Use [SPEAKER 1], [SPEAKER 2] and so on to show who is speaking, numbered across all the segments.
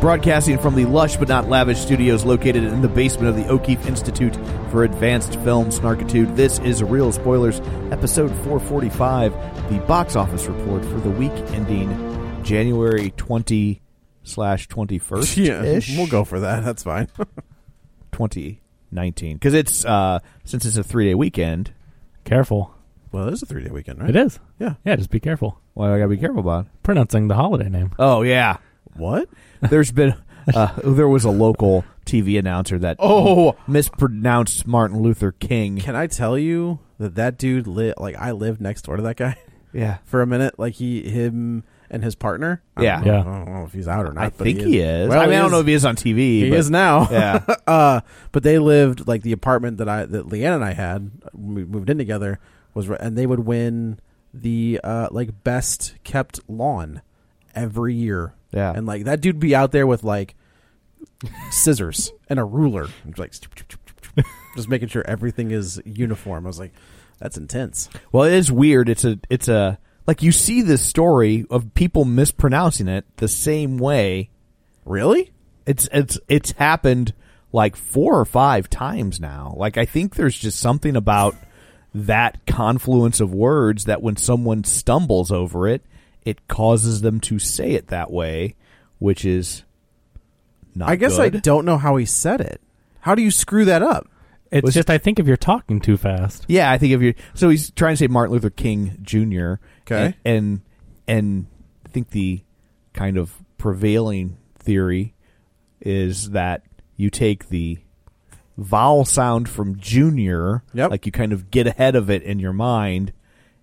[SPEAKER 1] Broadcasting from the lush but not lavish studios located in the basement of the O'Keefe Institute for Advanced Film Snarkitude, this is Real Spoilers, episode 445, the box office report for the week ending January 20 slash 21st
[SPEAKER 2] Yeah,
[SPEAKER 1] ish
[SPEAKER 2] we'll go for that. That's fine.
[SPEAKER 1] 2019. Because it's, uh, since it's a three day weekend,
[SPEAKER 3] Careful.
[SPEAKER 2] well, it is a three day weekend, right?
[SPEAKER 3] It is.
[SPEAKER 2] Yeah.
[SPEAKER 3] Yeah, just be careful.
[SPEAKER 1] well, I gotta be careful about it.
[SPEAKER 3] Pronouncing the holiday name.
[SPEAKER 1] Oh, yeah.
[SPEAKER 2] What?
[SPEAKER 1] There's been, uh, there was a local TV announcer that
[SPEAKER 2] Oh.
[SPEAKER 1] mispronounced Martin Luther King.
[SPEAKER 2] Can I tell you that that dude lit like I lived next door to that guy
[SPEAKER 1] Yeah.
[SPEAKER 2] for a minute? Like he, him, and his partner. I don't
[SPEAKER 1] Yeah.
[SPEAKER 2] know-
[SPEAKER 3] Yeah.
[SPEAKER 2] I don't know if he's out or not.
[SPEAKER 1] I
[SPEAKER 2] but
[SPEAKER 1] think he is. I mean, I don't know if he is on TV.
[SPEAKER 2] He
[SPEAKER 1] but-
[SPEAKER 2] is now.
[SPEAKER 1] Yeah.
[SPEAKER 2] uh, but they lived like the apartment that I that Leanne and I had when we moved in together was re- and they would win the uh, like best kept lawn every year.
[SPEAKER 1] Yeah.
[SPEAKER 2] and like that dude be out there with like scissors and a ruler, and like just making sure everything is uniform. I was like, that's intense.
[SPEAKER 1] Well, it is weird. It's a it's a like you see this story of people mispronouncing it the same way.
[SPEAKER 2] Really?
[SPEAKER 1] It's it's it's happened like four or five times now. Like I think there's just something about that confluence of words that when someone stumbles over it, it causes them to say it that way, which is not
[SPEAKER 2] I guess I
[SPEAKER 1] good.
[SPEAKER 2] don't know how he said it. How do you screw that up?
[SPEAKER 3] It's
[SPEAKER 1] Was-
[SPEAKER 3] just I think if you're talking too fast.
[SPEAKER 1] Yeah, I think if you so he's trying to say Martin Luther King Jr.
[SPEAKER 2] Okay.
[SPEAKER 1] and and, and I think the kind of prevailing theory is that you take the vowel sound from Junior,
[SPEAKER 2] Yep.
[SPEAKER 1] like you kind of get ahead of it in your mind,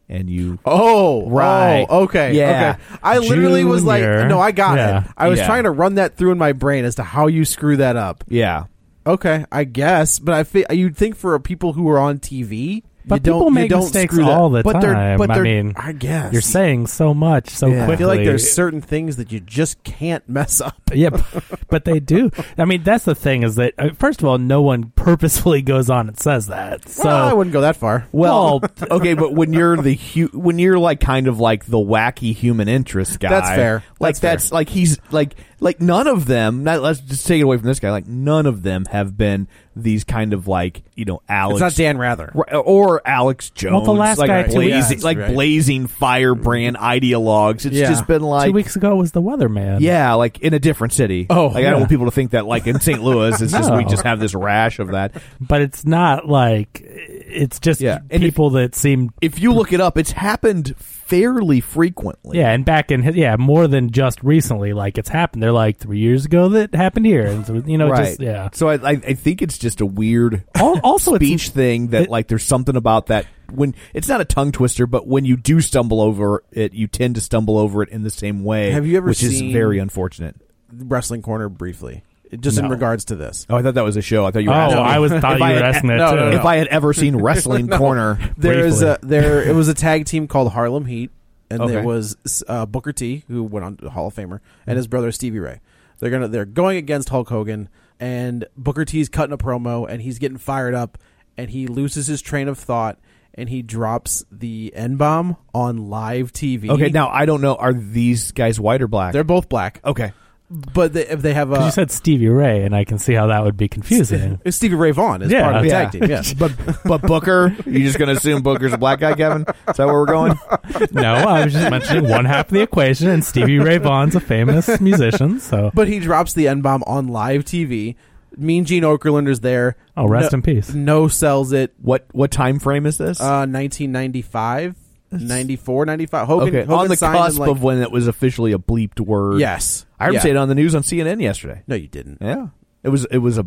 [SPEAKER 1] and you
[SPEAKER 2] Oh,
[SPEAKER 1] Right.
[SPEAKER 2] Oh, okay.
[SPEAKER 1] Yeah.
[SPEAKER 2] Okay. I literally was like,
[SPEAKER 3] Junior.
[SPEAKER 2] no, I got
[SPEAKER 3] Yeah.
[SPEAKER 2] it. I was
[SPEAKER 1] Yeah.
[SPEAKER 2] trying to run that through in my brain as to how you screw that up.
[SPEAKER 1] yeah.
[SPEAKER 2] Okay, I guess, but I fi- you'd think for people who are on TV, you
[SPEAKER 3] But
[SPEAKER 2] don't,
[SPEAKER 3] people
[SPEAKER 2] you
[SPEAKER 3] make
[SPEAKER 2] don't
[SPEAKER 3] mistakes
[SPEAKER 2] screw that.
[SPEAKER 3] all the
[SPEAKER 2] but
[SPEAKER 3] time.
[SPEAKER 2] They're, but
[SPEAKER 3] I
[SPEAKER 2] they're,
[SPEAKER 3] mean,
[SPEAKER 2] I guess
[SPEAKER 3] You're saying so much so
[SPEAKER 1] Yeah.
[SPEAKER 3] quickly.
[SPEAKER 1] I
[SPEAKER 2] I feel like there's certain things that you just can't mess up.
[SPEAKER 3] yeah, b- but they do. I mean, that's the thing is that uh, first of all, no one purposefully goes on and says that. So
[SPEAKER 2] well, I wouldn't go that far.
[SPEAKER 1] Well, okay, but when you're the hu- when you're like kind of like the wacky human interest guy,
[SPEAKER 2] That's fair.
[SPEAKER 1] Like
[SPEAKER 2] That's
[SPEAKER 1] that's,
[SPEAKER 2] fair.
[SPEAKER 1] like he's like like none of them. Not, let's just take it away from this guy. Like none of them have been these kind of like you know Alex
[SPEAKER 2] it's not Dan Rather.
[SPEAKER 1] Ra- or Alex Jones.
[SPEAKER 3] Well, the last
[SPEAKER 1] like
[SPEAKER 3] guy two
[SPEAKER 1] blazing
[SPEAKER 2] weeks-
[SPEAKER 1] like
[SPEAKER 2] Right.
[SPEAKER 1] blazing firebrand ideologues. It's
[SPEAKER 2] Yeah.
[SPEAKER 1] just been like
[SPEAKER 3] two weeks ago was the weatherman.
[SPEAKER 1] yeah, like in a different city.
[SPEAKER 2] Oh,
[SPEAKER 1] like I
[SPEAKER 3] yeah.
[SPEAKER 1] don't want people to think that like in St. Louis, it's just we
[SPEAKER 3] No.
[SPEAKER 1] just have this rash of that.
[SPEAKER 3] but it's not like it's just
[SPEAKER 1] Yeah. And if-
[SPEAKER 3] people that seem
[SPEAKER 1] If you look it up, it's happened fairly frequently.
[SPEAKER 3] Yeah, and back in his- yeah, more than just recently. Like it's happened. They're like three years ago that happened here, and so, you know, just yeah.
[SPEAKER 1] So I, I, I think it's just a weird
[SPEAKER 3] Al- also, it's-
[SPEAKER 1] speech thing that
[SPEAKER 3] it-
[SPEAKER 1] like there's something about that when it's not a tongue twister, but when you do stumble over it, you tend to stumble over it in the same way.
[SPEAKER 2] Have you ever
[SPEAKER 1] which
[SPEAKER 2] seen-
[SPEAKER 1] is very unfortunate.
[SPEAKER 2] Wrestling Corner briefly, just in
[SPEAKER 1] No.
[SPEAKER 2] regards to this.
[SPEAKER 1] Oh, I thought that was a show. I thought you
[SPEAKER 3] Oh,
[SPEAKER 1] were. asking me
[SPEAKER 3] I was thought
[SPEAKER 1] if
[SPEAKER 3] you
[SPEAKER 1] I
[SPEAKER 3] were
[SPEAKER 1] had-
[SPEAKER 3] asking that
[SPEAKER 2] no,
[SPEAKER 3] too.
[SPEAKER 2] no, no.
[SPEAKER 1] If I had ever seen Wrestling Corner,
[SPEAKER 2] There is
[SPEAKER 3] Briefly.
[SPEAKER 2] a there. It was a tag team called Harlem Heat, and
[SPEAKER 1] Okay.
[SPEAKER 2] there was uh, Booker T, who went on to Hall of Famer, and his brother Stevie Ray. They're gonna they're going against Hulk Hogan, and Booker T's cutting a promo, and he's getting fired up, and he loses his train of thought, and he drops the N bomb on live TV.
[SPEAKER 1] okay. Now I don't know. Are these guys white or black? Oh.
[SPEAKER 2] E they're both black.
[SPEAKER 1] okay.
[SPEAKER 2] But they, if they have a
[SPEAKER 3] you said Stevie Ray, and I can see how that would be confusing.
[SPEAKER 2] it's Stevie Ray Vaughan is
[SPEAKER 3] Yeah.
[SPEAKER 2] part of the
[SPEAKER 1] Yeah.
[SPEAKER 2] tag team. Yes,
[SPEAKER 1] But but Booker, you just going to assume Booker's a black guy, Kevin? Is that where we're going?
[SPEAKER 3] no, I was just mentioning one half of the equation, and Stevie Ray Vaughan's a famous musician, so
[SPEAKER 2] but he drops the N bomb on live TV. Mean Gene Okerlunder's there.
[SPEAKER 3] oh, rest
[SPEAKER 2] No-
[SPEAKER 3] in peace.
[SPEAKER 2] No sells it.
[SPEAKER 1] What what time frame is this?
[SPEAKER 2] Uh, 1995, 94, 95. Hogan,
[SPEAKER 1] okay,
[SPEAKER 2] Hogan
[SPEAKER 1] on the
[SPEAKER 2] signed in,
[SPEAKER 1] cusp
[SPEAKER 2] like-
[SPEAKER 1] of when it was officially a bleeped word.
[SPEAKER 2] Yes,
[SPEAKER 1] I heard him
[SPEAKER 2] yeah.
[SPEAKER 1] say it on the news on CNN yesterday.
[SPEAKER 2] No, you didn't.
[SPEAKER 1] Yeah, it was it was a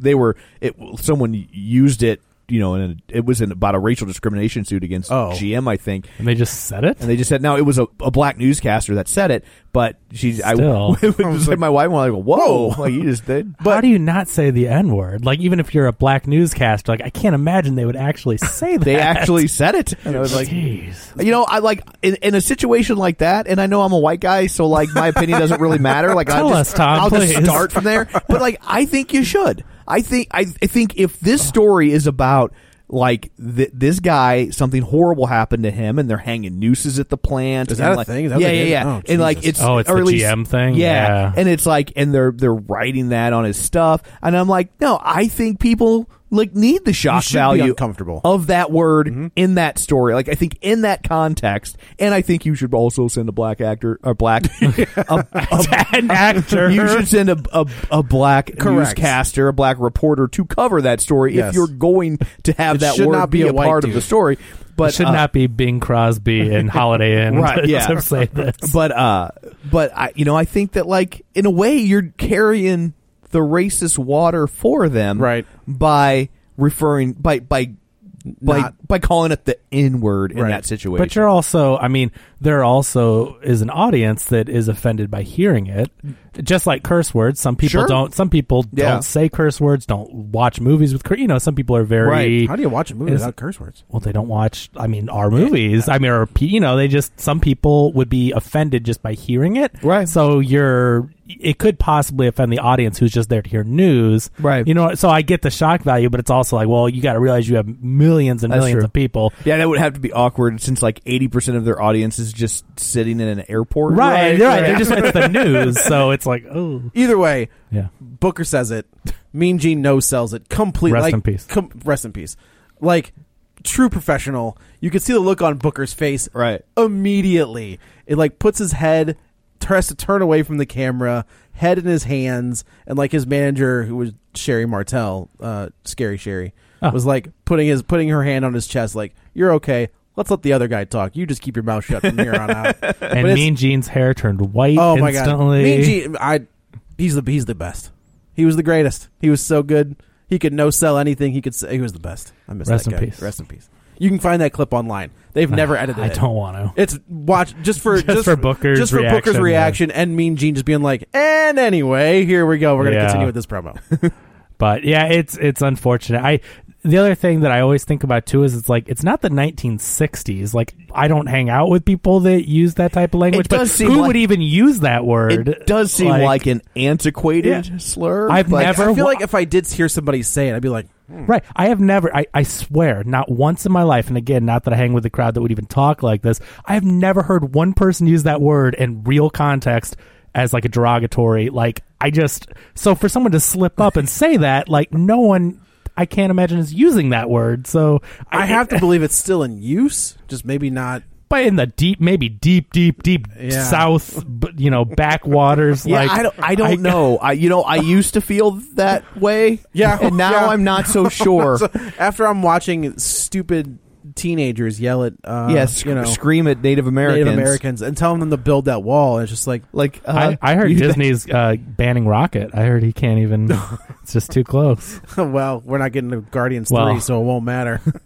[SPEAKER 1] they were it someone used it. You know, and it was in about a racial discrimination suit against
[SPEAKER 2] Oh.
[SPEAKER 1] GM, I think.
[SPEAKER 3] And they just said it.
[SPEAKER 1] And they just said, no, it was a, a black newscaster that said it, but she, I,
[SPEAKER 3] Still.
[SPEAKER 1] it was like my wife, and I go, whoa, like you just did.
[SPEAKER 3] How do you not say the N word? Like, even if you're a black newscaster, like I can't imagine they would actually say that.
[SPEAKER 1] They actually said it. And I was like,
[SPEAKER 3] Jeez.
[SPEAKER 1] You know, I like in, in a situation like that, and I know I'm a white guy, so like my opinion doesn't really matter. Like
[SPEAKER 3] Tell
[SPEAKER 1] I'll
[SPEAKER 3] us,
[SPEAKER 1] just,
[SPEAKER 3] Tom,
[SPEAKER 1] I'll
[SPEAKER 3] please.
[SPEAKER 1] just start from there. But like, I think you should. I think I, I think if this story is about like th- this guy, something horrible happened to him, and they're hanging nooses at the plant.
[SPEAKER 2] Is
[SPEAKER 1] and,
[SPEAKER 2] that a
[SPEAKER 1] like-
[SPEAKER 2] thing? Is that what
[SPEAKER 1] yeah,
[SPEAKER 2] they
[SPEAKER 1] yeah,
[SPEAKER 2] did?
[SPEAKER 1] yeah.
[SPEAKER 2] Oh,
[SPEAKER 1] and like,
[SPEAKER 2] Jesus.
[SPEAKER 1] it's
[SPEAKER 3] Oh, it's
[SPEAKER 1] or
[SPEAKER 3] the
[SPEAKER 1] at least-
[SPEAKER 3] GM thing? Yeah.
[SPEAKER 1] and it's like, and they're they're writing that on his stuff, and I'm like, no, I think people like need the shock
[SPEAKER 2] should be
[SPEAKER 1] value,
[SPEAKER 2] uncomfortable.
[SPEAKER 1] of that word
[SPEAKER 2] Mm-hmm.
[SPEAKER 1] in that story. Like I think in that context, and I think you should also send a black actor or black a, a-
[SPEAKER 3] An actor.
[SPEAKER 1] You should send a a, a black
[SPEAKER 2] Correct.
[SPEAKER 1] newscaster, a black reporter to cover that story
[SPEAKER 2] Yes.
[SPEAKER 1] if you're going to have
[SPEAKER 2] It
[SPEAKER 1] that
[SPEAKER 2] should
[SPEAKER 1] word
[SPEAKER 2] not be
[SPEAKER 1] be
[SPEAKER 2] a
[SPEAKER 1] a
[SPEAKER 2] white
[SPEAKER 1] part
[SPEAKER 2] dude.
[SPEAKER 1] of the story. But
[SPEAKER 3] It should
[SPEAKER 1] uh,
[SPEAKER 3] not be Bing Crosby and Holiday Inn
[SPEAKER 1] Right,
[SPEAKER 3] to,
[SPEAKER 1] yeah.
[SPEAKER 3] to say this.
[SPEAKER 1] but uh but I you know I think that like in a way you're carrying the racist water for them
[SPEAKER 2] Right.
[SPEAKER 1] by referring by by by
[SPEAKER 2] Not-
[SPEAKER 1] by calling it the n word in
[SPEAKER 2] Right.
[SPEAKER 1] that situation
[SPEAKER 3] But you're also, I mean, there also is an audience that is offended by hearing it, just like curse words. Some people
[SPEAKER 1] Sure.
[SPEAKER 3] don't. Some people
[SPEAKER 1] Yeah.
[SPEAKER 3] don't say curse words. Don't watch movies with. cur- You know, some people are very.
[SPEAKER 1] Right.
[SPEAKER 2] How do you watch a movie
[SPEAKER 3] Is-
[SPEAKER 2] without curse words?
[SPEAKER 3] well, they don't watch. I mean, our movies. I mean, or P- you know, they just some people would be offended just by hearing it.
[SPEAKER 1] Right.
[SPEAKER 3] So you're. It could possibly offend the audience who's just there to hear news.
[SPEAKER 1] Right.
[SPEAKER 3] You know. So I get the shock value, but it's also like, well, you got to realize you have millions and
[SPEAKER 1] That's
[SPEAKER 3] millions
[SPEAKER 1] true.
[SPEAKER 3] of people.
[SPEAKER 1] Yeah, that would have to be awkward since like eighty percent of their audience is just sitting in an airport.
[SPEAKER 3] Right, right. They're just it's the news, so it's like, oh,
[SPEAKER 2] Either way,
[SPEAKER 3] yeah.
[SPEAKER 2] Booker says it. Mean Gene no sells it completely.
[SPEAKER 3] Rest
[SPEAKER 2] like,
[SPEAKER 3] in peace.
[SPEAKER 2] com- rest in peace. Like true professional, you could see the look on Booker's face
[SPEAKER 1] Right.
[SPEAKER 2] immediately. It like puts his head tries to turn away from the camera, head in his hands, and like his manager, who was Sherry Martell, uh, scary Sherry,
[SPEAKER 3] Oh.
[SPEAKER 2] was like putting his putting her hand on his chest, like you're okay. Let's let the other guy talk. You just keep your mouth shut from here on out.
[SPEAKER 3] And
[SPEAKER 2] it's-
[SPEAKER 3] Mean Gene's hair turned white
[SPEAKER 2] Oh my
[SPEAKER 3] instantly.
[SPEAKER 2] god, Mean Gene, I he's the he's the best. He was the greatest. He was so good. He could no sell anything. He could. Say, he was the best. I miss
[SPEAKER 3] Rest
[SPEAKER 2] that
[SPEAKER 3] in
[SPEAKER 2] guy.
[SPEAKER 3] peace.
[SPEAKER 2] Rest in peace. You can find that clip online. They've never edited
[SPEAKER 3] I
[SPEAKER 2] it.
[SPEAKER 3] don't want to.
[SPEAKER 2] It's watch just for
[SPEAKER 3] Just for Booker's
[SPEAKER 2] just for Booker's
[SPEAKER 3] reaction,
[SPEAKER 2] reaction and Mean Gene just being like, and anyway, here we go. We're gonna
[SPEAKER 3] Yeah.
[SPEAKER 2] continue with this promo.
[SPEAKER 3] But yeah, it's it's unfortunate. I the other thing that I always think about too is it's like it's not the 1960s. Like I don't hang out with people that use that type of language. but
[SPEAKER 1] does seem
[SPEAKER 3] who
[SPEAKER 1] like-
[SPEAKER 3] would even use that word?
[SPEAKER 1] It does seem like, an antiquated
[SPEAKER 3] Yeah.
[SPEAKER 1] slur.
[SPEAKER 3] I've
[SPEAKER 1] but-
[SPEAKER 3] never-
[SPEAKER 2] I feel
[SPEAKER 3] wa-
[SPEAKER 2] like if I did hear somebody say it, I'd be like,
[SPEAKER 3] Right. I have never, I, I swear, not once in my life, and again, not that I hang with the crowd that would even talk like this, I have never heard one person use that word in real context as like a derogatory. Like, I just, so for someone to slip up and say that, like, no one, I can't imagine is using that word. So
[SPEAKER 2] I have to believe it's still in use. Just maybe not.
[SPEAKER 3] but in the deep, maybe deep, deep, deep
[SPEAKER 2] Yeah.
[SPEAKER 3] south, b- you know, backwaters.
[SPEAKER 1] Yeah,
[SPEAKER 3] like,
[SPEAKER 1] I don't. I don't know. I you know I used to feel that way.
[SPEAKER 2] Yeah,
[SPEAKER 1] and now
[SPEAKER 2] yeah.
[SPEAKER 1] I'm not so sure.
[SPEAKER 2] So after I'm watching stupid teenagers yell at, uh,
[SPEAKER 1] yes,
[SPEAKER 2] you know,
[SPEAKER 1] scream at Native Americans.
[SPEAKER 2] Native Americans and telling them to build that wall. It's just like
[SPEAKER 1] Like uh,
[SPEAKER 3] I, I heard
[SPEAKER 1] you-
[SPEAKER 3] Disney's uh, banning Rocket. I heard he can't even. it's just too close.
[SPEAKER 2] well, we're not getting to Guardians
[SPEAKER 3] Well.
[SPEAKER 2] three, so it won't matter.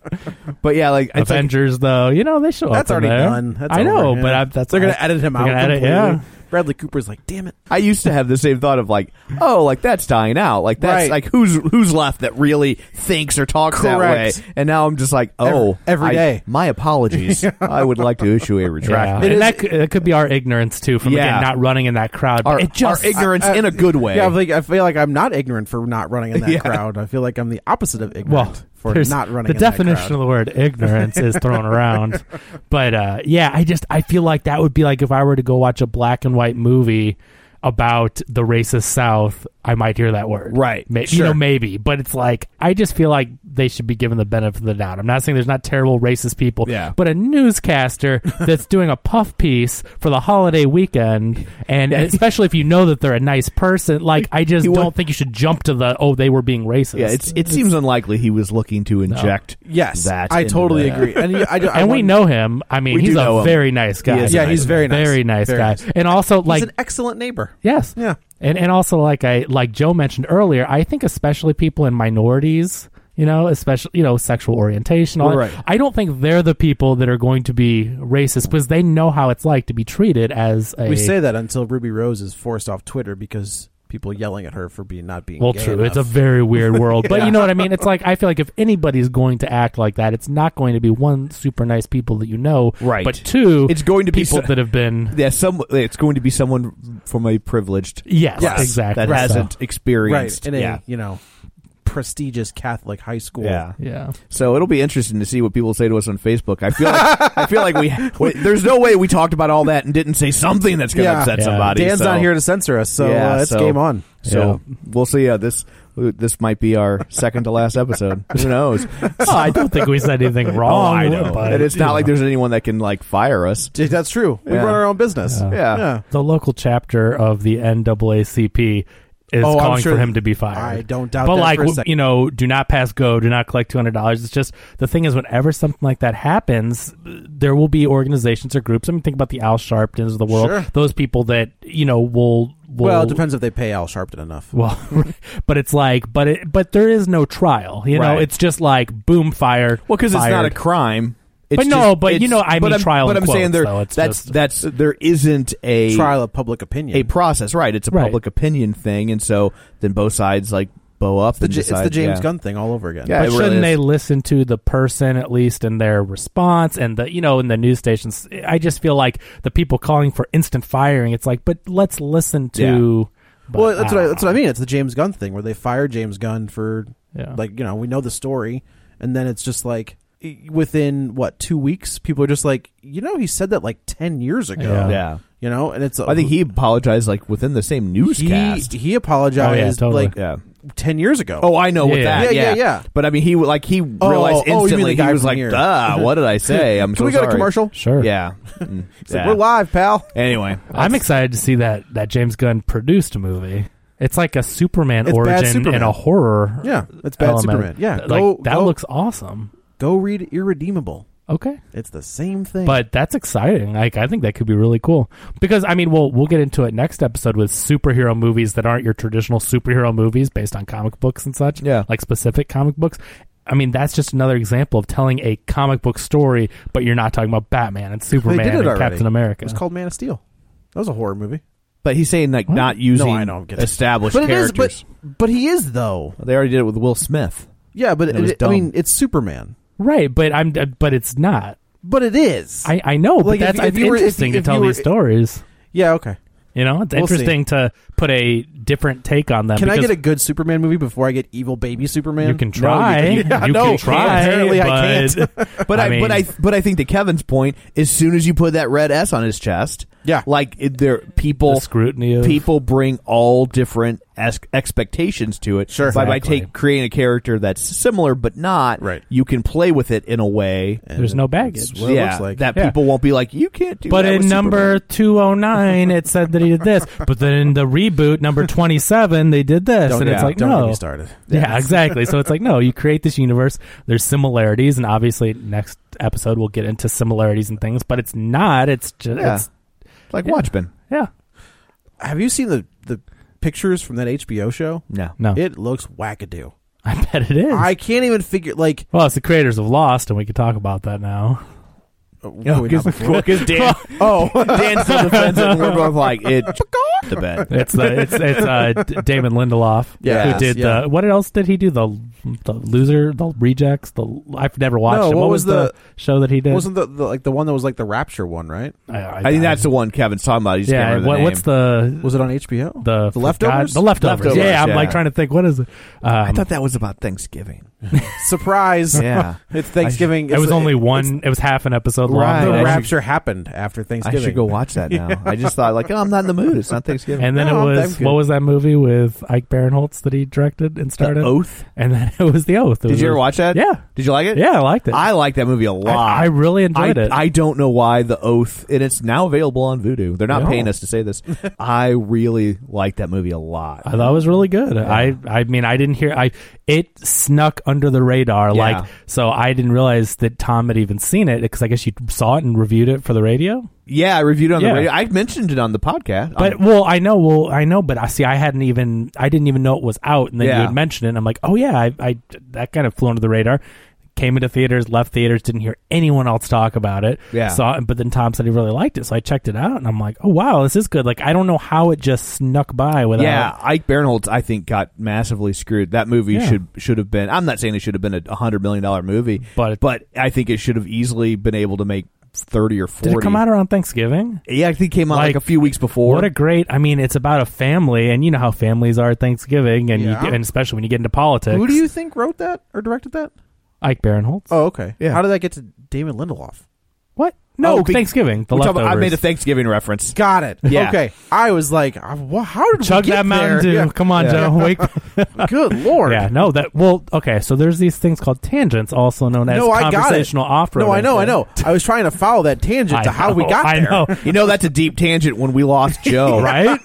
[SPEAKER 1] But yeah, like it's like,
[SPEAKER 3] Avengers, though, you know they show
[SPEAKER 2] that's
[SPEAKER 3] up. in
[SPEAKER 2] already
[SPEAKER 3] there.
[SPEAKER 2] done. That's
[SPEAKER 3] I know,
[SPEAKER 2] over, yeah.
[SPEAKER 3] but I, that's
[SPEAKER 2] they're gonna
[SPEAKER 3] I-
[SPEAKER 2] edit him
[SPEAKER 3] they're
[SPEAKER 2] out.
[SPEAKER 3] gonna edit-
[SPEAKER 2] completely.
[SPEAKER 3] yeah.
[SPEAKER 2] Bradley Cooper's like, damn it.
[SPEAKER 1] I used to have the same thought of like, oh, like that's dying out. Like that's
[SPEAKER 2] Right.
[SPEAKER 1] like who's who's left that really thinks or talks
[SPEAKER 2] Correct.
[SPEAKER 1] that way. And now I'm just like, oh,
[SPEAKER 2] Every- every
[SPEAKER 1] I-
[SPEAKER 2] day.
[SPEAKER 1] My apologies. I would like to issue a
[SPEAKER 3] Yeah.
[SPEAKER 1] retraction.
[SPEAKER 3] And that could, that could be our ignorance too, from
[SPEAKER 1] Yeah.
[SPEAKER 3] again not running in that crowd. But
[SPEAKER 1] Our,
[SPEAKER 3] it just
[SPEAKER 1] our ignorance in a good way.
[SPEAKER 2] uh, Yeah, I think I feel like I'm not ignorant for not running in that
[SPEAKER 1] Yeah.
[SPEAKER 2] crowd. I feel like I'm the opposite of ignorant
[SPEAKER 3] well,
[SPEAKER 2] for
[SPEAKER 3] there's-
[SPEAKER 2] not running.
[SPEAKER 3] The
[SPEAKER 2] in
[SPEAKER 3] definition
[SPEAKER 2] that
[SPEAKER 3] of
[SPEAKER 2] crowd.
[SPEAKER 3] the word ignorance is thrown around, but uh, yeah, I just I feel like that would be like if I were to go watch a black and white movie. about the racist South, I might hear that word.
[SPEAKER 1] Right,
[SPEAKER 3] May- You
[SPEAKER 1] sure.
[SPEAKER 3] know, maybe. But it's like, I just feel like they should be given the benefit of the doubt. I'm not saying there's not terrible racist people.
[SPEAKER 1] Yeah.
[SPEAKER 3] But a newscaster that's doing a puff piece for the holiday weekend, and especially if you know that they're a nice person, like, I just
[SPEAKER 1] He
[SPEAKER 3] don't
[SPEAKER 1] wa-
[SPEAKER 3] think you should jump to the, oh, they were being racist.
[SPEAKER 1] Yeah, it's, it seems unlikely he was looking to inject
[SPEAKER 2] Yes,
[SPEAKER 1] that.
[SPEAKER 2] I
[SPEAKER 1] into
[SPEAKER 2] totally
[SPEAKER 1] that.
[SPEAKER 2] agree. And, you- I, do- I
[SPEAKER 3] and we
[SPEAKER 2] want-
[SPEAKER 3] know him. I mean,
[SPEAKER 1] We
[SPEAKER 3] he's
[SPEAKER 1] do know
[SPEAKER 3] a
[SPEAKER 1] him.
[SPEAKER 3] very nice guy.
[SPEAKER 1] is a
[SPEAKER 2] Yeah, nice he's very guy. nice.
[SPEAKER 3] very nice
[SPEAKER 2] Very
[SPEAKER 3] guy.
[SPEAKER 2] nice.
[SPEAKER 3] And also, like,
[SPEAKER 2] he's an excellent neighbor.
[SPEAKER 3] yes,
[SPEAKER 2] Yeah.
[SPEAKER 3] and and also like I like Joe mentioned earlier, I think especially people in minorities, you know, especially you know sexual orientation. All that,
[SPEAKER 1] Right.
[SPEAKER 3] I don't think they're the people that are going to be racist because they know how it's like to be treated as a.
[SPEAKER 2] We say that until Ruby Rose is forced off Twitter because people yelling at her for being not being
[SPEAKER 3] well,
[SPEAKER 2] gay
[SPEAKER 3] true.
[SPEAKER 2] enough.
[SPEAKER 3] It's a very weird world, but you know what I mean. It's like I feel like if anybody's going to act like that, it's not going to be one super nice people that you know,
[SPEAKER 1] Right.
[SPEAKER 3] But two,
[SPEAKER 1] It's going to be
[SPEAKER 3] people
[SPEAKER 1] so-
[SPEAKER 3] that have been
[SPEAKER 1] Yeah, some it's going to be someone from a privileged
[SPEAKER 3] Yes,
[SPEAKER 1] class
[SPEAKER 3] exactly.
[SPEAKER 1] that
[SPEAKER 3] Right.
[SPEAKER 1] hasn't
[SPEAKER 3] So,
[SPEAKER 1] experienced.
[SPEAKER 2] right in a
[SPEAKER 1] yeah,
[SPEAKER 2] you know prestigious Catholic high school.
[SPEAKER 1] yeah.
[SPEAKER 3] yeah.
[SPEAKER 1] So it'll be interesting to see what people say to us on Facebook. I feel like I feel like we, we- there's no way we talked about all that and didn't say something that's going to
[SPEAKER 2] Yeah.
[SPEAKER 1] upset
[SPEAKER 3] Yeah.
[SPEAKER 1] somebody.
[SPEAKER 2] Dan's
[SPEAKER 1] so-
[SPEAKER 2] not here to censor us, so
[SPEAKER 1] Yeah,
[SPEAKER 2] uh, it's
[SPEAKER 1] so-
[SPEAKER 2] game on.
[SPEAKER 1] So we'll see. Yeah, this this might be our second to last episode. Who knows?
[SPEAKER 3] Oh, I don't think we said anything wrong.
[SPEAKER 1] I know.
[SPEAKER 3] but,
[SPEAKER 1] and it's
[SPEAKER 3] you
[SPEAKER 1] not like
[SPEAKER 3] Oh, know.
[SPEAKER 1] there's anyone that can like fire us.
[SPEAKER 2] D- That's true. We
[SPEAKER 1] Yeah.
[SPEAKER 2] run our own business.
[SPEAKER 1] Yeah.
[SPEAKER 3] the local chapter of the NAACP is
[SPEAKER 2] Oh, I'm
[SPEAKER 3] calling
[SPEAKER 2] sure-
[SPEAKER 3] for him to be fired.
[SPEAKER 2] I don't doubt
[SPEAKER 3] But
[SPEAKER 2] that
[SPEAKER 3] like
[SPEAKER 2] for a
[SPEAKER 3] w-
[SPEAKER 2] second.
[SPEAKER 3] you know, do not pass go, do not collect two hundred dollars. It's just the thing is, whenever something like that happens, there will be organizations or groups. I mean, think about the Al Sharptons of the world;
[SPEAKER 2] Sure.
[SPEAKER 3] those people that you know will. will
[SPEAKER 2] Well, it depends if they pay Al Sharpton enough.
[SPEAKER 3] Well, but it's like, but it, but there is no trial. You know,
[SPEAKER 1] Right.
[SPEAKER 3] it's just like boom, fired.
[SPEAKER 1] Well, because it's not a
[SPEAKER 3] fired.
[SPEAKER 1] crime. It's
[SPEAKER 3] But no,
[SPEAKER 1] just-
[SPEAKER 3] but you
[SPEAKER 1] it's-
[SPEAKER 3] know, I
[SPEAKER 1] but
[SPEAKER 3] mean
[SPEAKER 1] I'm-
[SPEAKER 3] trial
[SPEAKER 1] But
[SPEAKER 3] in
[SPEAKER 1] I'm saying
[SPEAKER 3] quotes,
[SPEAKER 1] there,
[SPEAKER 3] though. It's
[SPEAKER 1] that's
[SPEAKER 3] just-
[SPEAKER 1] that's there isn't a
[SPEAKER 2] Trial of public opinion.
[SPEAKER 1] a process, right? It's a
[SPEAKER 3] Right.
[SPEAKER 1] public opinion thing, and so then both sides like bow up
[SPEAKER 2] the
[SPEAKER 1] and
[SPEAKER 2] J- it's
[SPEAKER 1] decide,
[SPEAKER 2] the James
[SPEAKER 1] yeah.
[SPEAKER 2] Gunn thing all over again.
[SPEAKER 1] Yeah,
[SPEAKER 3] but
[SPEAKER 1] it really
[SPEAKER 3] shouldn't they
[SPEAKER 1] is.
[SPEAKER 3] listen to the person at least in their response and the you know in the news stations? I just feel like the people calling for instant firing. It's like, but let's listen to. but,
[SPEAKER 2] well, that's what I,
[SPEAKER 3] ah,
[SPEAKER 2] that's what I mean. It's the James Gunn thing where they fired James Gunn for
[SPEAKER 3] Yeah.
[SPEAKER 2] like you know we know the story, and then it's just like i- within what two weeks people are just like you know he said that like ten years ago.
[SPEAKER 3] Yeah.
[SPEAKER 1] Yeah.
[SPEAKER 2] you know, and it's
[SPEAKER 1] I think he apologized like within the same
[SPEAKER 2] he
[SPEAKER 1] newscast.
[SPEAKER 2] he apologized
[SPEAKER 3] Oh, yeah, totally.
[SPEAKER 2] like
[SPEAKER 1] yeah.
[SPEAKER 2] ten years ago.
[SPEAKER 1] Oh, I know what
[SPEAKER 3] Yeah.
[SPEAKER 1] that.
[SPEAKER 2] Yeah, yeah, yeah.
[SPEAKER 1] But I mean, he like he realized
[SPEAKER 2] oh, you mean the
[SPEAKER 1] instantly.
[SPEAKER 2] guy
[SPEAKER 1] he was
[SPEAKER 2] from
[SPEAKER 1] like,
[SPEAKER 2] here.
[SPEAKER 1] "Duh, what did I say?" I'm
[SPEAKER 2] can
[SPEAKER 1] so
[SPEAKER 2] we go to
[SPEAKER 1] sorry.
[SPEAKER 2] commercial?
[SPEAKER 3] Sure.
[SPEAKER 1] Yeah. Mm,
[SPEAKER 2] It's like,
[SPEAKER 1] yeah.
[SPEAKER 2] We're live, pal.
[SPEAKER 1] Anyway,
[SPEAKER 3] I'm excited to see that that James Gunn produced movie. It's like a Superman
[SPEAKER 2] It's bad
[SPEAKER 3] origin
[SPEAKER 2] Superman.
[SPEAKER 3] and a horror.
[SPEAKER 2] Yeah, it's bad
[SPEAKER 1] Oh,
[SPEAKER 3] element.
[SPEAKER 2] Superman. Yeah,
[SPEAKER 3] like
[SPEAKER 2] go-
[SPEAKER 3] that
[SPEAKER 2] go-
[SPEAKER 3] looks awesome.
[SPEAKER 2] Go read Irredeemable.
[SPEAKER 3] Okay.
[SPEAKER 2] It's the same thing.
[SPEAKER 3] But that's exciting. Like I think that could be really cool because I mean, we'll we'll get into it next episode with superhero movies that aren't your traditional superhero movies based on comic books and such.
[SPEAKER 1] Yeah.
[SPEAKER 3] like specific comic books. I mean, that's just another example of telling a comic book story, but you're not talking about Batman and
[SPEAKER 2] they
[SPEAKER 3] Superman
[SPEAKER 2] did it
[SPEAKER 3] and
[SPEAKER 2] already.
[SPEAKER 3] Captain America.
[SPEAKER 2] It was called Man of Steel. That was a horror movie.
[SPEAKER 1] but he's saying like not using
[SPEAKER 2] No, I know, I'm kidding.
[SPEAKER 1] established
[SPEAKER 2] But it is.
[SPEAKER 1] characters.
[SPEAKER 2] But but he is though.
[SPEAKER 1] they already did it with Will Smith.
[SPEAKER 2] Yeah, but
[SPEAKER 1] It was
[SPEAKER 2] it, I mean,
[SPEAKER 1] dumb.
[SPEAKER 2] it's Superman.
[SPEAKER 3] right, but I'm but it's not.
[SPEAKER 2] But it is.
[SPEAKER 3] I I know, but
[SPEAKER 2] Like, if-
[SPEAKER 3] that's
[SPEAKER 2] if
[SPEAKER 3] it's
[SPEAKER 2] you were- if-
[SPEAKER 3] interesting
[SPEAKER 2] if
[SPEAKER 3] to tell
[SPEAKER 2] you were-
[SPEAKER 3] these stories.
[SPEAKER 2] yeah. Okay.
[SPEAKER 3] You know, it's
[SPEAKER 2] We'll see.
[SPEAKER 3] interesting to put a different take on them.
[SPEAKER 2] Can I
[SPEAKER 3] because
[SPEAKER 2] get a good Superman movie before I get evil baby Superman?
[SPEAKER 3] You can
[SPEAKER 2] No,
[SPEAKER 3] try.
[SPEAKER 2] you
[SPEAKER 3] you
[SPEAKER 2] can- yeah,
[SPEAKER 3] can
[SPEAKER 2] no,
[SPEAKER 3] try.
[SPEAKER 2] Apparently,
[SPEAKER 3] but,
[SPEAKER 2] I can't.
[SPEAKER 1] But I,
[SPEAKER 3] mean,
[SPEAKER 1] but I but I think to Kevin's point, as soon as you put that red S on his chest,
[SPEAKER 2] Yeah.
[SPEAKER 1] like it, there people
[SPEAKER 3] the scrutiny of
[SPEAKER 1] people bring all different es- expectations to it.
[SPEAKER 2] Sure.
[SPEAKER 1] by, by
[SPEAKER 3] Exactly.
[SPEAKER 1] take creating a character that's similar but not,
[SPEAKER 2] Right.
[SPEAKER 1] you can play with it in a way.
[SPEAKER 3] There's no baggage.
[SPEAKER 2] That's what it
[SPEAKER 1] yeah,
[SPEAKER 2] looks like.
[SPEAKER 1] that
[SPEAKER 3] Yeah.
[SPEAKER 1] people won't be like, you can't do.
[SPEAKER 3] But
[SPEAKER 1] that
[SPEAKER 3] in
[SPEAKER 1] with
[SPEAKER 3] number
[SPEAKER 1] Superman."
[SPEAKER 3] 209, it said that he did this. But then in the reboot, number 27, they did this.
[SPEAKER 2] Don't,
[SPEAKER 3] and it's
[SPEAKER 2] yeah,
[SPEAKER 3] like,
[SPEAKER 2] don't
[SPEAKER 3] no.
[SPEAKER 2] get me started.
[SPEAKER 3] Yeah, exactly. So it's like, no, you create this universe. There's similarities. And obviously, next episode, we'll get into similarities and things. But it's not. It's just,
[SPEAKER 1] yeah,
[SPEAKER 3] it's,
[SPEAKER 1] like Watchmen.
[SPEAKER 3] yeah.
[SPEAKER 2] Have you seen the the pictures from that HBO show?
[SPEAKER 1] No,
[SPEAKER 3] No.
[SPEAKER 2] It looks wackadoo.
[SPEAKER 3] I bet it is.
[SPEAKER 2] I can't even figure like
[SPEAKER 3] well, it's the creators of Lost, and we could talk about that now. Oh,
[SPEAKER 1] no,
[SPEAKER 2] we
[SPEAKER 1] because
[SPEAKER 2] not before.
[SPEAKER 1] Dan, oh, Dan still defends it. And we're both like, it the bed.
[SPEAKER 3] It's the, it's it's uh, D- Damon Lindelof
[SPEAKER 1] Yes,
[SPEAKER 3] who did
[SPEAKER 2] yeah.
[SPEAKER 3] the what else did he do the the loser the rejects the I've never watched
[SPEAKER 2] No,
[SPEAKER 3] him.
[SPEAKER 2] what
[SPEAKER 3] What,
[SPEAKER 2] was
[SPEAKER 3] was,
[SPEAKER 2] the-
[SPEAKER 3] the, show that he did?
[SPEAKER 2] Wasn't the, the like the one that was like the Rapture one, right?
[SPEAKER 3] I, I-
[SPEAKER 1] I think that's the one Kevin's talking about. He's
[SPEAKER 3] yeah. what, what's the
[SPEAKER 2] Was it on HBO?
[SPEAKER 3] the
[SPEAKER 2] the leftovers?
[SPEAKER 3] God, the leftovers.
[SPEAKER 1] Leftovers,
[SPEAKER 3] yeah, I'm
[SPEAKER 1] yeah.
[SPEAKER 3] like trying to think. What is it? Um,
[SPEAKER 1] I thought that was about Thanksgiving.
[SPEAKER 2] Surprise!
[SPEAKER 1] Yeah.
[SPEAKER 2] it's Thanksgiving.
[SPEAKER 3] it
[SPEAKER 2] It's-
[SPEAKER 3] was only one.
[SPEAKER 2] it's-
[SPEAKER 3] It was half an episode long.
[SPEAKER 1] Right.
[SPEAKER 2] The
[SPEAKER 1] I should-
[SPEAKER 2] rapture happened after
[SPEAKER 1] I
[SPEAKER 2] Thanksgiving.
[SPEAKER 1] should go watch that now. I just thought like, oh, I'm not in the mood. It's not Thanksgiving.
[SPEAKER 3] And then
[SPEAKER 2] No,
[SPEAKER 3] it
[SPEAKER 2] that's
[SPEAKER 3] was
[SPEAKER 2] good.
[SPEAKER 3] what was that movie with Ike Barinholtz that he directed and started?
[SPEAKER 1] Oath?
[SPEAKER 3] And then it was The Oath. It
[SPEAKER 1] Did
[SPEAKER 3] was-
[SPEAKER 1] you ever watch that?
[SPEAKER 3] Yeah.
[SPEAKER 1] Did you like it?
[SPEAKER 3] Yeah, I liked it.
[SPEAKER 1] I like that movie a lot.
[SPEAKER 3] I really enjoyed
[SPEAKER 1] I-
[SPEAKER 3] it.
[SPEAKER 1] I don't know why the oath, and it's now available on Vudu. They're not
[SPEAKER 3] No.
[SPEAKER 1] paying us to say this. I really like that movie a lot.
[SPEAKER 3] I thought it was really good. I I mean I didn't hear I it snuck under the radar
[SPEAKER 1] Yeah.
[SPEAKER 3] like so I didn't realize that Tom had even seen it because I guess you saw it and reviewed it for the
[SPEAKER 1] Oh.
[SPEAKER 3] radio.
[SPEAKER 1] yeah, I reviewed it on
[SPEAKER 3] Yeah.
[SPEAKER 1] the radio. I mentioned it on the podcast. Um,
[SPEAKER 3] But
[SPEAKER 1] on,
[SPEAKER 3] well I know well I know but I see I hadn't even I didn't even know it was out and then
[SPEAKER 1] Yeah.
[SPEAKER 3] you had mentioned it and I'm like oh yeah I, I that kind of flew under the radar. Came into theaters, left theaters, didn't hear anyone else talk about it.
[SPEAKER 1] Yeah.
[SPEAKER 3] Saw it, but then Tom said he really liked it, so I checked it out, and I'm like, "Oh wow, this is good!" Like I don't know how it just snuck by without.
[SPEAKER 1] yeah, Ike Barinholtz, I think, got massively screwed. That movie
[SPEAKER 3] Yeah.
[SPEAKER 1] should should have been. I'm not saying it should have been a hundred million dollar movie,
[SPEAKER 3] But-
[SPEAKER 1] but I think it should have easily been able to make thirty or forty.
[SPEAKER 3] Did it come out around Thanksgiving?
[SPEAKER 1] Yeah, I think it came out like,
[SPEAKER 3] Like,
[SPEAKER 1] a few weeks before.
[SPEAKER 3] What a great! I mean, it's about a family, and you know how families are at Thanksgiving, and
[SPEAKER 2] Yeah.
[SPEAKER 3] you, and especially when you get into politics.
[SPEAKER 2] Who do you think wrote that or directed that?
[SPEAKER 3] Ike Barinholtz?
[SPEAKER 2] Oh, okay.
[SPEAKER 1] Yeah.
[SPEAKER 2] How did that get to David Lindelof?
[SPEAKER 3] what? No,
[SPEAKER 1] Oh, be-
[SPEAKER 3] Thanksgiving. The
[SPEAKER 1] We're talking
[SPEAKER 3] leftovers.
[SPEAKER 1] about- I made a Thanksgiving reference.
[SPEAKER 2] Got it.
[SPEAKER 1] Yeah.
[SPEAKER 2] Okay. I was like, I- wha- how did
[SPEAKER 3] Chug
[SPEAKER 2] we get
[SPEAKER 3] that Mountain Dew.
[SPEAKER 2] there?
[SPEAKER 3] Come on,
[SPEAKER 1] Yeah.
[SPEAKER 3] Joe. Wake.
[SPEAKER 2] Yeah. Good lord.
[SPEAKER 3] yeah. No. That. Well. Okay. So there's these things called tangents, also known as
[SPEAKER 2] No, I got it.
[SPEAKER 3] conversational off road.
[SPEAKER 2] No, I know, I know. I was trying to follow that tangent to how we got
[SPEAKER 3] I
[SPEAKER 2] there.
[SPEAKER 3] know.
[SPEAKER 1] You know, that's a deep tangent when we lost Joe.
[SPEAKER 3] right?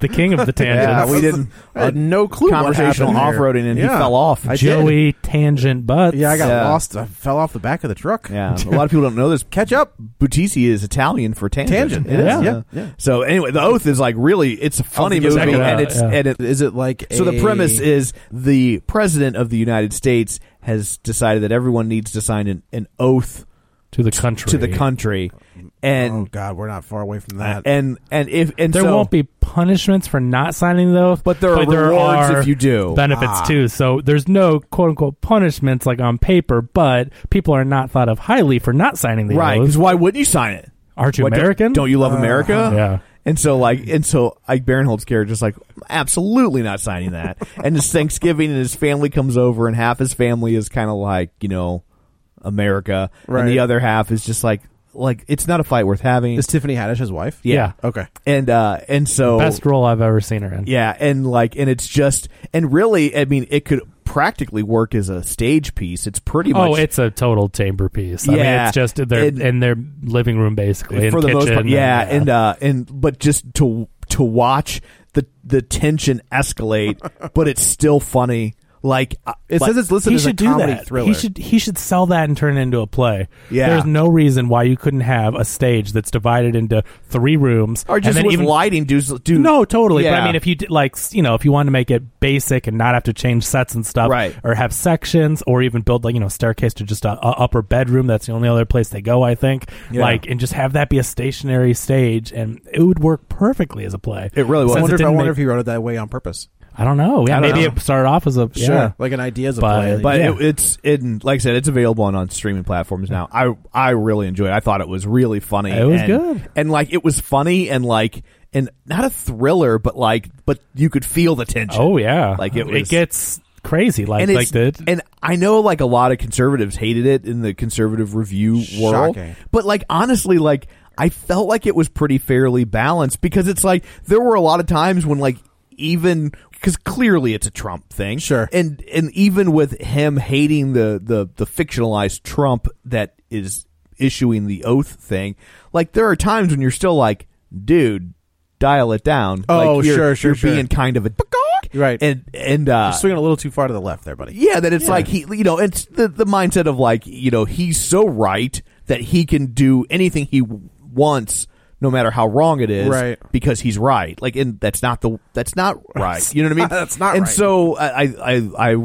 [SPEAKER 3] the king of the tangents.
[SPEAKER 1] Yeah, we didn't. uh,
[SPEAKER 2] I had no clue. what
[SPEAKER 1] Conversational
[SPEAKER 2] happened there.
[SPEAKER 1] off-roading and he
[SPEAKER 2] Yeah.
[SPEAKER 1] fell off.
[SPEAKER 2] I did.
[SPEAKER 3] Joey Tangent Butts.
[SPEAKER 2] Yeah, I got
[SPEAKER 1] Yeah.
[SPEAKER 2] lost. I fell off the back of the truck.
[SPEAKER 1] Yeah, a lot of people don't know this.
[SPEAKER 2] Catch up.
[SPEAKER 1] Buttici is Italian for tangent.
[SPEAKER 2] Tangent, it
[SPEAKER 3] is,
[SPEAKER 2] yeah, yeah.
[SPEAKER 1] So anyway, the oath is like really it's a funny
[SPEAKER 2] think it's
[SPEAKER 1] movie,
[SPEAKER 3] that good.
[SPEAKER 1] and it's
[SPEAKER 3] Yeah.
[SPEAKER 1] and it
[SPEAKER 2] Is it like
[SPEAKER 1] So the
[SPEAKER 2] a- Oh,
[SPEAKER 1] premise is the president of the United States has decided that everyone needs to sign an, an oath
[SPEAKER 3] To the country.
[SPEAKER 1] to the country,
[SPEAKER 2] Oh
[SPEAKER 1] and
[SPEAKER 2] God, we're not far away from that.
[SPEAKER 1] Uh, and and if and
[SPEAKER 3] There
[SPEAKER 1] so,
[SPEAKER 3] won't be punishments for not signing the oath,
[SPEAKER 1] But there are rewards if you do. Ah.
[SPEAKER 3] benefits too. So there's no quote unquote punishments like on paper, but people are not thought of highly for not signing the
[SPEAKER 1] right because
[SPEAKER 3] oath.
[SPEAKER 1] why wouldn't you sign it?
[SPEAKER 3] Aren't you
[SPEAKER 1] What, don't-
[SPEAKER 3] American?
[SPEAKER 1] Don't, you love
[SPEAKER 2] Uh,
[SPEAKER 1] America?
[SPEAKER 3] yeah.
[SPEAKER 1] And so like and so Ike Barinholtz's character is like absolutely not signing that. and it's Thanksgiving and his family comes over and half his family is kind of like you know America and
[SPEAKER 2] Right.
[SPEAKER 1] the other half is just like like it's not a fight worth having.
[SPEAKER 2] is Tiffany Haddish his wife?
[SPEAKER 3] Yeah.
[SPEAKER 2] Okay.
[SPEAKER 1] and uh and so
[SPEAKER 3] Best role I've ever seen her in.
[SPEAKER 1] yeah, and like, and it's just, and really, I mean, it could practically work as a stage piece. It's pretty much.
[SPEAKER 3] Oh, it's a total chamber piece. I mean,
[SPEAKER 1] Yeah.
[SPEAKER 3] it's just they're
[SPEAKER 1] And-
[SPEAKER 3] in their living room basically,
[SPEAKER 1] for
[SPEAKER 3] and
[SPEAKER 1] the most part,
[SPEAKER 3] kitchen,
[SPEAKER 1] yeah, and uh, and but just to to watch the the tension escalate, but it's still funny. Like uh,
[SPEAKER 2] It
[SPEAKER 1] like-
[SPEAKER 2] says it's listed
[SPEAKER 3] he
[SPEAKER 2] as
[SPEAKER 3] should
[SPEAKER 2] a
[SPEAKER 3] do
[SPEAKER 2] comedy
[SPEAKER 3] that.
[SPEAKER 2] thriller.
[SPEAKER 3] He should he should sell that and turn it into a play.
[SPEAKER 1] Yeah.
[SPEAKER 3] There's no reason why you couldn't have a stage that's divided into three rooms
[SPEAKER 1] or
[SPEAKER 3] and
[SPEAKER 1] just
[SPEAKER 3] then
[SPEAKER 1] with
[SPEAKER 3] even
[SPEAKER 1] lighting, dude. dude
[SPEAKER 3] No, totally. But
[SPEAKER 1] Yeah.
[SPEAKER 3] I mean, if you did, like, s- you know, if you wanted to make it basic and not have to change sets and stuff,
[SPEAKER 1] Right.
[SPEAKER 3] Or have sections, or even build like you know staircase to just a, a upper bedroom. That's the only other place they go, I think.
[SPEAKER 1] Yeah.
[SPEAKER 3] Like, and just have that be a stationary stage, and it would work perfectly as a play.
[SPEAKER 1] It really would.
[SPEAKER 2] I
[SPEAKER 3] Since it
[SPEAKER 2] wonder, if, I
[SPEAKER 3] didn't
[SPEAKER 2] wonder
[SPEAKER 3] make-
[SPEAKER 2] if he wrote it that way on purpose.
[SPEAKER 3] I don't know. Yeah,
[SPEAKER 1] I don't
[SPEAKER 3] maybe
[SPEAKER 1] know.
[SPEAKER 3] it started off as a yeah.
[SPEAKER 2] like an idea as a
[SPEAKER 3] But-
[SPEAKER 2] play.
[SPEAKER 1] But
[SPEAKER 3] Yeah.
[SPEAKER 1] it, it's it, like I said, it's available on, on streaming platforms now. I I really enjoyed. it. I thought it was really funny.
[SPEAKER 3] It was
[SPEAKER 1] and,
[SPEAKER 3] good.
[SPEAKER 1] and like it was funny and like and not a thriller, but like but you could feel the tension.
[SPEAKER 3] Oh yeah,
[SPEAKER 1] Like, it was-
[SPEAKER 3] gets crazy. Like
[SPEAKER 1] and
[SPEAKER 3] like
[SPEAKER 1] it's,
[SPEAKER 3] the
[SPEAKER 1] and I know like a lot of conservatives hated it in the conservative review world,
[SPEAKER 2] Shocking.
[SPEAKER 1] but like honestly, like I felt like it was pretty fairly balanced because it's like there were a lot of times when like even because clearly it's a Trump thing,
[SPEAKER 2] Sure.
[SPEAKER 1] and and even with him hating the the the fictionalized Trump that is issuing the oath thing, like there are times when you're still like, dude. Dial it down.
[SPEAKER 2] Oh,
[SPEAKER 1] like, you're,
[SPEAKER 2] sure, sure,
[SPEAKER 1] You're
[SPEAKER 2] sure.
[SPEAKER 1] being kind of a
[SPEAKER 2] Right.
[SPEAKER 1] and and uh,
[SPEAKER 2] swinging a little too far to the left there, buddy.
[SPEAKER 1] yeah, that it's like he, you know, it's the the mindset of like, you know, he's so right that he can do anything he w- wants, no matter how wrong it is,
[SPEAKER 2] Right.
[SPEAKER 1] Because he's right. Like, and that's not the that's not right. You know what I mean?
[SPEAKER 2] That's not
[SPEAKER 1] And
[SPEAKER 2] right.
[SPEAKER 1] so I I I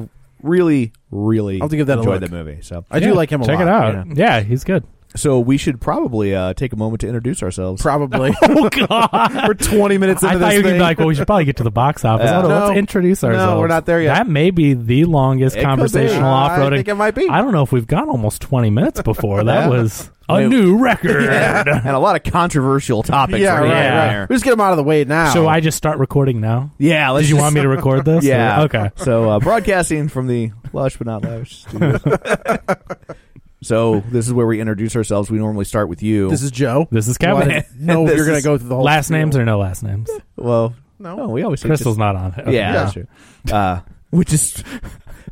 [SPEAKER 1] really really
[SPEAKER 2] I'll have to give that a
[SPEAKER 1] enjoyed that
[SPEAKER 2] look.
[SPEAKER 1] movie. So
[SPEAKER 2] I do like him a
[SPEAKER 3] check
[SPEAKER 2] lot.
[SPEAKER 3] it out. Yeah. he's good.
[SPEAKER 1] so we should probably uh, take a moment to introduce ourselves.
[SPEAKER 2] Probably.
[SPEAKER 3] Oh god.
[SPEAKER 2] We're 20 minutes into
[SPEAKER 3] I thought
[SPEAKER 2] this
[SPEAKER 3] you
[SPEAKER 2] thing.
[SPEAKER 3] were gonna be like, well, we should probably get to the box office.
[SPEAKER 1] Yeah.
[SPEAKER 3] Hold on,
[SPEAKER 2] No.
[SPEAKER 3] let's introduce
[SPEAKER 2] No, we're
[SPEAKER 3] ourselves.
[SPEAKER 2] not there yet.
[SPEAKER 3] That may be the longest
[SPEAKER 1] It could be.
[SPEAKER 3] conversational
[SPEAKER 2] I
[SPEAKER 3] off roading.
[SPEAKER 2] think it might be.
[SPEAKER 3] I don't know if we've gone almost 20 minutes before. That was a new record.
[SPEAKER 1] and a lot of controversial topics.
[SPEAKER 2] Yeah,
[SPEAKER 1] right,
[SPEAKER 2] right,
[SPEAKER 1] in
[SPEAKER 3] yeah.
[SPEAKER 1] there.
[SPEAKER 2] right. We just get them out of the way now.
[SPEAKER 3] So I just start recording now.
[SPEAKER 1] Yeah, let's
[SPEAKER 3] Did you
[SPEAKER 1] just-
[SPEAKER 3] want me to record this?
[SPEAKER 1] Yeah.
[SPEAKER 3] Okay.
[SPEAKER 1] So uh, broadcasting from the lush but not lavish. Studios. so this is where we introduce ourselves. We normally start with you.
[SPEAKER 2] This is Joe.
[SPEAKER 3] This is
[SPEAKER 2] Well, I
[SPEAKER 3] Kevin.
[SPEAKER 2] didn't know
[SPEAKER 1] This
[SPEAKER 2] you're going
[SPEAKER 1] is-
[SPEAKER 2] to go through the whole
[SPEAKER 3] Last
[SPEAKER 2] spiel.
[SPEAKER 3] names or no last names?
[SPEAKER 1] well,
[SPEAKER 2] No.
[SPEAKER 1] no, we always say
[SPEAKER 3] Crystal's
[SPEAKER 1] just-
[SPEAKER 3] not on it. Okay.
[SPEAKER 1] yeah, that's true. Uh, which is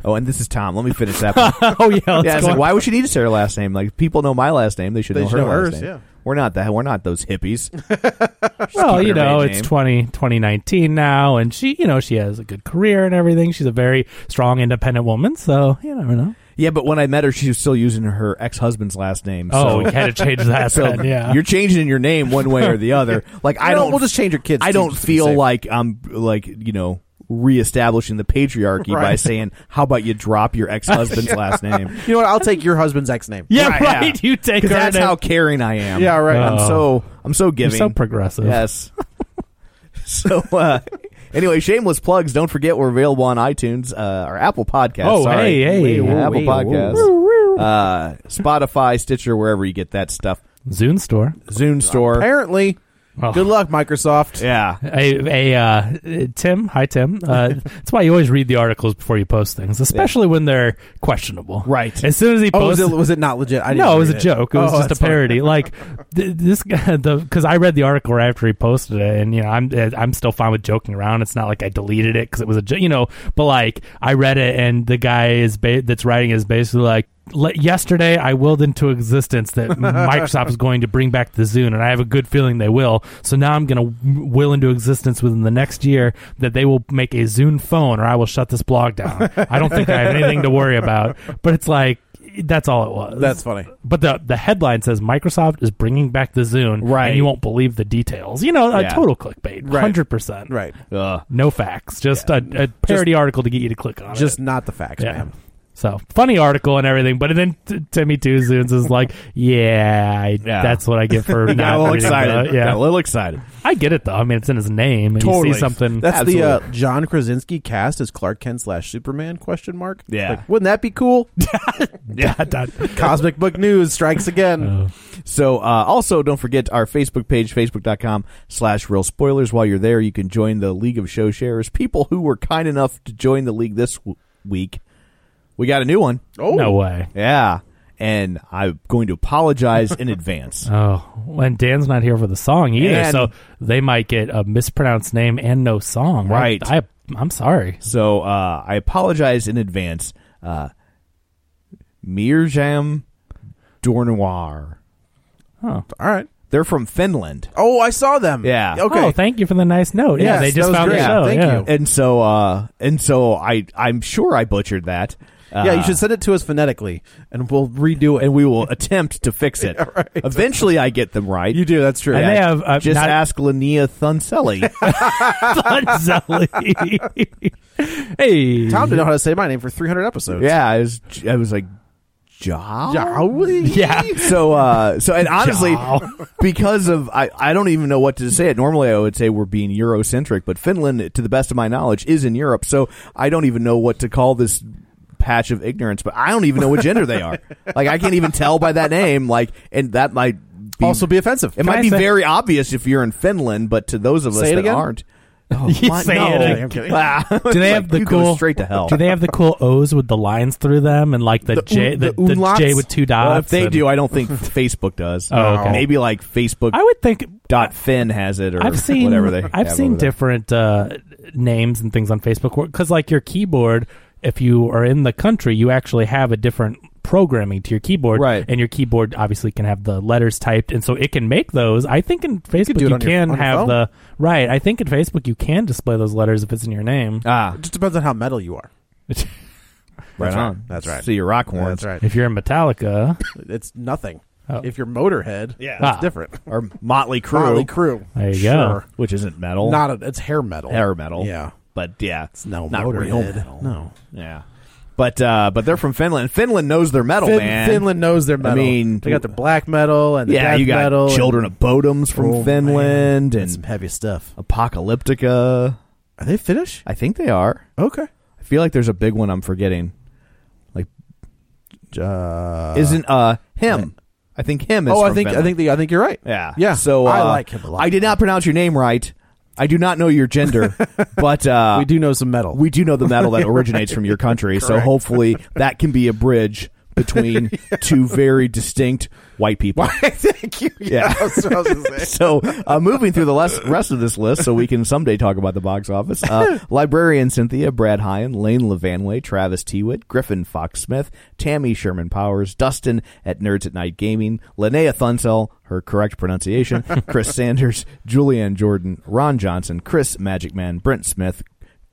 [SPEAKER 1] oh, and this is Tom. Let me finish that. One.
[SPEAKER 3] oh yeah. Let's
[SPEAKER 1] yeah, it's
[SPEAKER 3] go
[SPEAKER 1] like,
[SPEAKER 3] on.
[SPEAKER 1] why would she need to say her last name? Like people know my last name, they should
[SPEAKER 2] They
[SPEAKER 1] know
[SPEAKER 2] should
[SPEAKER 1] her
[SPEAKER 2] know
[SPEAKER 1] last
[SPEAKER 2] hers,
[SPEAKER 1] name.
[SPEAKER 2] yeah.
[SPEAKER 1] We're not that. We're not those hippies.
[SPEAKER 3] well,
[SPEAKER 1] keep
[SPEAKER 3] you
[SPEAKER 1] her
[SPEAKER 3] know,
[SPEAKER 1] main
[SPEAKER 3] it's
[SPEAKER 1] name.
[SPEAKER 3] 20, 2019 now, and she, you know, she has a good career and everything. She's a very strong, independent woman. So you never know.
[SPEAKER 1] yeah, but when I met her, she was still using her ex husband's last name.
[SPEAKER 3] Oh,
[SPEAKER 1] so,
[SPEAKER 3] we had to change that.
[SPEAKER 1] so
[SPEAKER 3] then, yeah.
[SPEAKER 1] you're changing your name one way or the other. Like I
[SPEAKER 2] You know,
[SPEAKER 1] don't.
[SPEAKER 2] We'll just change your kids.
[SPEAKER 1] I don't
[SPEAKER 2] just to be
[SPEAKER 1] feel
[SPEAKER 2] safe.
[SPEAKER 1] like I'm like you know reestablishing the patriarchy by
[SPEAKER 2] Right.
[SPEAKER 1] saying how about you drop your ex husband's last name.
[SPEAKER 2] You know what? I'll take your husband's ex name.
[SPEAKER 3] yeah,
[SPEAKER 1] Right,
[SPEAKER 3] right.
[SPEAKER 1] yeah.
[SPEAKER 3] You take her.
[SPEAKER 1] 'Cause that's
[SPEAKER 3] and-
[SPEAKER 1] how caring I am.
[SPEAKER 2] Yeah, right.
[SPEAKER 1] I'm
[SPEAKER 3] Oh.
[SPEAKER 1] so I'm so
[SPEAKER 3] you're
[SPEAKER 1] giving.
[SPEAKER 3] so progressive.
[SPEAKER 1] Yes. so uh anyway, shameless plugs. Don't forget we're available on iTunes, uh, our Apple Podcast.
[SPEAKER 3] Oh,
[SPEAKER 1] sorry.
[SPEAKER 3] hey, hey.
[SPEAKER 1] Yeah,
[SPEAKER 3] Woo,
[SPEAKER 1] Apple
[SPEAKER 3] wee,
[SPEAKER 1] Podcasts, uh, Spotify, Stitcher, wherever you get that stuff.
[SPEAKER 3] Zune store.
[SPEAKER 1] Zune Store.
[SPEAKER 2] Apparently,
[SPEAKER 3] Oh.
[SPEAKER 2] good luck, Microsoft.
[SPEAKER 1] Yeah.
[SPEAKER 3] a, a uh, Tim, hi Tim. Uh, that's why you always read the articles before you post things, especially when they're questionable.
[SPEAKER 1] Right.
[SPEAKER 3] As soon as he
[SPEAKER 2] Oh, was
[SPEAKER 3] posts,
[SPEAKER 2] it, was it not legit? I didn't
[SPEAKER 3] no, it was a
[SPEAKER 2] read
[SPEAKER 3] joke. It was
[SPEAKER 2] Oh,
[SPEAKER 3] just a
[SPEAKER 2] that's fine.
[SPEAKER 3] parody. like th- this guy, the because I read the article right after he posted it, and you know I'm uh, I'm still fine with joking around. It's not like I deleted it because it was a jo- you know, but like I read it, and the guy is ba- that's writing is basically like. "Le- Yesterday, I willed into existence that Microsoft is going to bring back the Zune, and I have a good feeling they will. So now I'm going to will into existence within the next year that they will make a Zune phone, or I will shut this blog down. I don't think I have anything to worry about. But it's like that's all it was.
[SPEAKER 2] That's funny.
[SPEAKER 3] But the the headline says Microsoft is bringing back the Zune,
[SPEAKER 1] Right.
[SPEAKER 3] And you won't believe the details. You know, a
[SPEAKER 1] Yeah.
[SPEAKER 3] total clickbait,
[SPEAKER 2] Right.
[SPEAKER 3] hundred percent.
[SPEAKER 2] Right.
[SPEAKER 1] Ugh.
[SPEAKER 3] No facts, just a, a parody article to get you to click on
[SPEAKER 2] Just
[SPEAKER 3] it.
[SPEAKER 2] not the facts,
[SPEAKER 3] Yeah.
[SPEAKER 2] ma'am.
[SPEAKER 3] So funny article and everything, but then t- Timmy Two Zunes is like, yeah, I,
[SPEAKER 1] Yeah.
[SPEAKER 3] that's what I get for not
[SPEAKER 1] Got a little
[SPEAKER 3] reading
[SPEAKER 1] excited.
[SPEAKER 3] the- yeah,
[SPEAKER 1] Got a little excited.
[SPEAKER 3] I get it though. I mean, it's in his name, and you see something.
[SPEAKER 2] That's
[SPEAKER 1] Absolutely.
[SPEAKER 2] the uh, John Krasinski cast as Clark Kent slash Superman question mark.
[SPEAKER 1] Yeah.
[SPEAKER 2] Like, wouldn't that be cool?
[SPEAKER 3] dot, dot.
[SPEAKER 2] Cosmic Book News strikes again.
[SPEAKER 1] So uh, also don't forget our Facebook page, facebook.com slash real spoilers. While you're there, you can join the League of Show Sharers. People who were kind enough to join the league this w- week. We got a new one.
[SPEAKER 2] oh,
[SPEAKER 3] no way.
[SPEAKER 1] Yeah. And I'm going to apologize in advance.
[SPEAKER 3] Oh, and Dan's not here for the song either,
[SPEAKER 1] And-
[SPEAKER 3] so they might get a mispronounced name and no song. I-
[SPEAKER 1] Right.
[SPEAKER 3] I, I'm sorry.
[SPEAKER 1] So uh, I apologize in advance. Uh, Mirjam Dornoir.
[SPEAKER 2] all right.
[SPEAKER 1] They're from Finland.
[SPEAKER 2] Oh, I saw them.
[SPEAKER 1] Yeah.
[SPEAKER 2] Okay.
[SPEAKER 3] Oh, thank you for the nice note.
[SPEAKER 2] Yes,
[SPEAKER 3] yeah, they
[SPEAKER 2] that
[SPEAKER 3] just
[SPEAKER 2] was
[SPEAKER 3] found
[SPEAKER 2] great.
[SPEAKER 3] the show.
[SPEAKER 2] Thank
[SPEAKER 3] yeah.
[SPEAKER 2] you.
[SPEAKER 1] And so uh, and so I I'm sure I butchered that. Uh,
[SPEAKER 2] yeah, you should send it to us phonetically, and we'll redo it.
[SPEAKER 1] and we will attempt to fix it. Eventually, I get them right.
[SPEAKER 2] You do. That's true.
[SPEAKER 3] And
[SPEAKER 1] Yeah,
[SPEAKER 3] they have, uh,
[SPEAKER 1] just
[SPEAKER 3] not-
[SPEAKER 1] ask Linnea Thunselli.
[SPEAKER 3] Zelly. hey,
[SPEAKER 2] Tom didn't know how to say my name for 300 episodes.
[SPEAKER 1] yeah, I was I was like, Jow?
[SPEAKER 2] Jowie?
[SPEAKER 3] Yeah.
[SPEAKER 1] So uh, so and honestly,
[SPEAKER 3] Jow.
[SPEAKER 1] because of I I don't even know what to say. It normally I would say we're being Eurocentric, but Finland, to the best of my knowledge, is in Europe. So I don't even know what to call this patch of ignorance. But I don't even know what gender they are. Like I can't even tell by that name. Like and that might. Be,
[SPEAKER 2] Also be offensive.
[SPEAKER 1] It might
[SPEAKER 3] I
[SPEAKER 1] be
[SPEAKER 3] say-
[SPEAKER 1] very obvious if you're in Finland, but to those of us
[SPEAKER 2] Say it
[SPEAKER 1] that
[SPEAKER 2] again?
[SPEAKER 1] aren't, oh,
[SPEAKER 3] You
[SPEAKER 1] what?
[SPEAKER 3] say
[SPEAKER 1] no.
[SPEAKER 3] it
[SPEAKER 2] I'm
[SPEAKER 3] again.
[SPEAKER 2] kidding.
[SPEAKER 1] Ah.
[SPEAKER 3] Do they
[SPEAKER 1] Like,
[SPEAKER 3] have the
[SPEAKER 1] you
[SPEAKER 3] cool?
[SPEAKER 1] go straight to hell?
[SPEAKER 3] Do they have the cool O's with the lines through them and like the,
[SPEAKER 2] The
[SPEAKER 3] J,
[SPEAKER 2] oo-
[SPEAKER 3] the,
[SPEAKER 2] the umlauts?
[SPEAKER 3] J with two dots?
[SPEAKER 1] Well, uh, if they
[SPEAKER 3] and-
[SPEAKER 1] do, I don't think Facebook does.
[SPEAKER 3] Uh, Oh, okay.
[SPEAKER 1] Maybe like Facebook
[SPEAKER 3] I would think
[SPEAKER 1] dot Fin has it, or
[SPEAKER 3] I've seen
[SPEAKER 1] whatever they.
[SPEAKER 3] I've
[SPEAKER 1] have
[SPEAKER 3] seen
[SPEAKER 1] over there.
[SPEAKER 3] different uh, names and things on Facebook because like your keyboard, if you are in the country, you actually have a different programming to your keyboard,
[SPEAKER 1] Right.
[SPEAKER 3] And your keyboard obviously can have the letters typed, and so it can make those. I think in Facebook
[SPEAKER 2] do it
[SPEAKER 3] you
[SPEAKER 2] on your-
[SPEAKER 3] can
[SPEAKER 2] on your
[SPEAKER 3] have
[SPEAKER 2] phone.
[SPEAKER 3] the right. I think in Facebook you can display those letters if it's in your name.
[SPEAKER 1] Ah,
[SPEAKER 2] It just depends on how metal you are.
[SPEAKER 1] right
[SPEAKER 2] That's
[SPEAKER 1] on.
[SPEAKER 2] right. That's right.
[SPEAKER 1] See your rock horns
[SPEAKER 2] That's right.
[SPEAKER 3] If you're in Metallica,
[SPEAKER 2] It's nothing.
[SPEAKER 3] Oh.
[SPEAKER 2] If you're Motorhead, yeah, that's
[SPEAKER 3] Ah.
[SPEAKER 2] different.
[SPEAKER 1] or Motley Crue,
[SPEAKER 2] Motley Crew.
[SPEAKER 3] There you
[SPEAKER 2] sure.
[SPEAKER 1] which isn't metal,
[SPEAKER 2] Not a, it's hair metal.
[SPEAKER 1] hair metal.
[SPEAKER 2] Yeah.
[SPEAKER 1] but yeah,
[SPEAKER 2] It's no
[SPEAKER 1] not
[SPEAKER 2] Motorhead.
[SPEAKER 1] real metal.
[SPEAKER 2] No.
[SPEAKER 1] Yeah, but uh, but they're from Finland. Finland knows their metal,
[SPEAKER 2] Fin-
[SPEAKER 1] Oh, man.
[SPEAKER 2] Finland knows their metal.
[SPEAKER 1] mean-
[SPEAKER 2] they got the black metal and the
[SPEAKER 1] Yeah,
[SPEAKER 2] death
[SPEAKER 1] you got
[SPEAKER 2] metal.
[SPEAKER 1] Children of Bodoms from
[SPEAKER 2] Oh,
[SPEAKER 1] Finland
[SPEAKER 2] and,
[SPEAKER 1] and
[SPEAKER 2] That's some heavy stuff.
[SPEAKER 1] Apocalyptica.
[SPEAKER 2] Are they Finnish?
[SPEAKER 1] I think they are.
[SPEAKER 2] Okay.
[SPEAKER 1] I feel like there's a big one I'm forgetting.
[SPEAKER 2] Uh,
[SPEAKER 1] Isn't uh him? I I think him is.
[SPEAKER 2] Oh, I
[SPEAKER 1] from
[SPEAKER 2] think I
[SPEAKER 1] Finland.
[SPEAKER 2] think the I think you're right.
[SPEAKER 1] Yeah.
[SPEAKER 2] yeah.
[SPEAKER 1] So uh,
[SPEAKER 2] I like him a lot.
[SPEAKER 1] I did not pronounce your name right. I do not know your gender, but uh,
[SPEAKER 2] we do know some metal.
[SPEAKER 1] we do know the metal that originates from your country. So hopefully that can be a bridge between two very distinct white people.
[SPEAKER 2] Thank you.
[SPEAKER 1] Yeah.
[SPEAKER 2] that's what I was gonna say.
[SPEAKER 1] so uh, moving through the les- rest of this list so we can someday talk about the box office uh, librarian cynthia brad hyan lane levanway travis tewitt griffin fox smith tammy sherman powers dustin at nerds at night gaming linnea thunsell her correct pronunciation chris sanders julianne jordan ron johnson chris magic man brent smith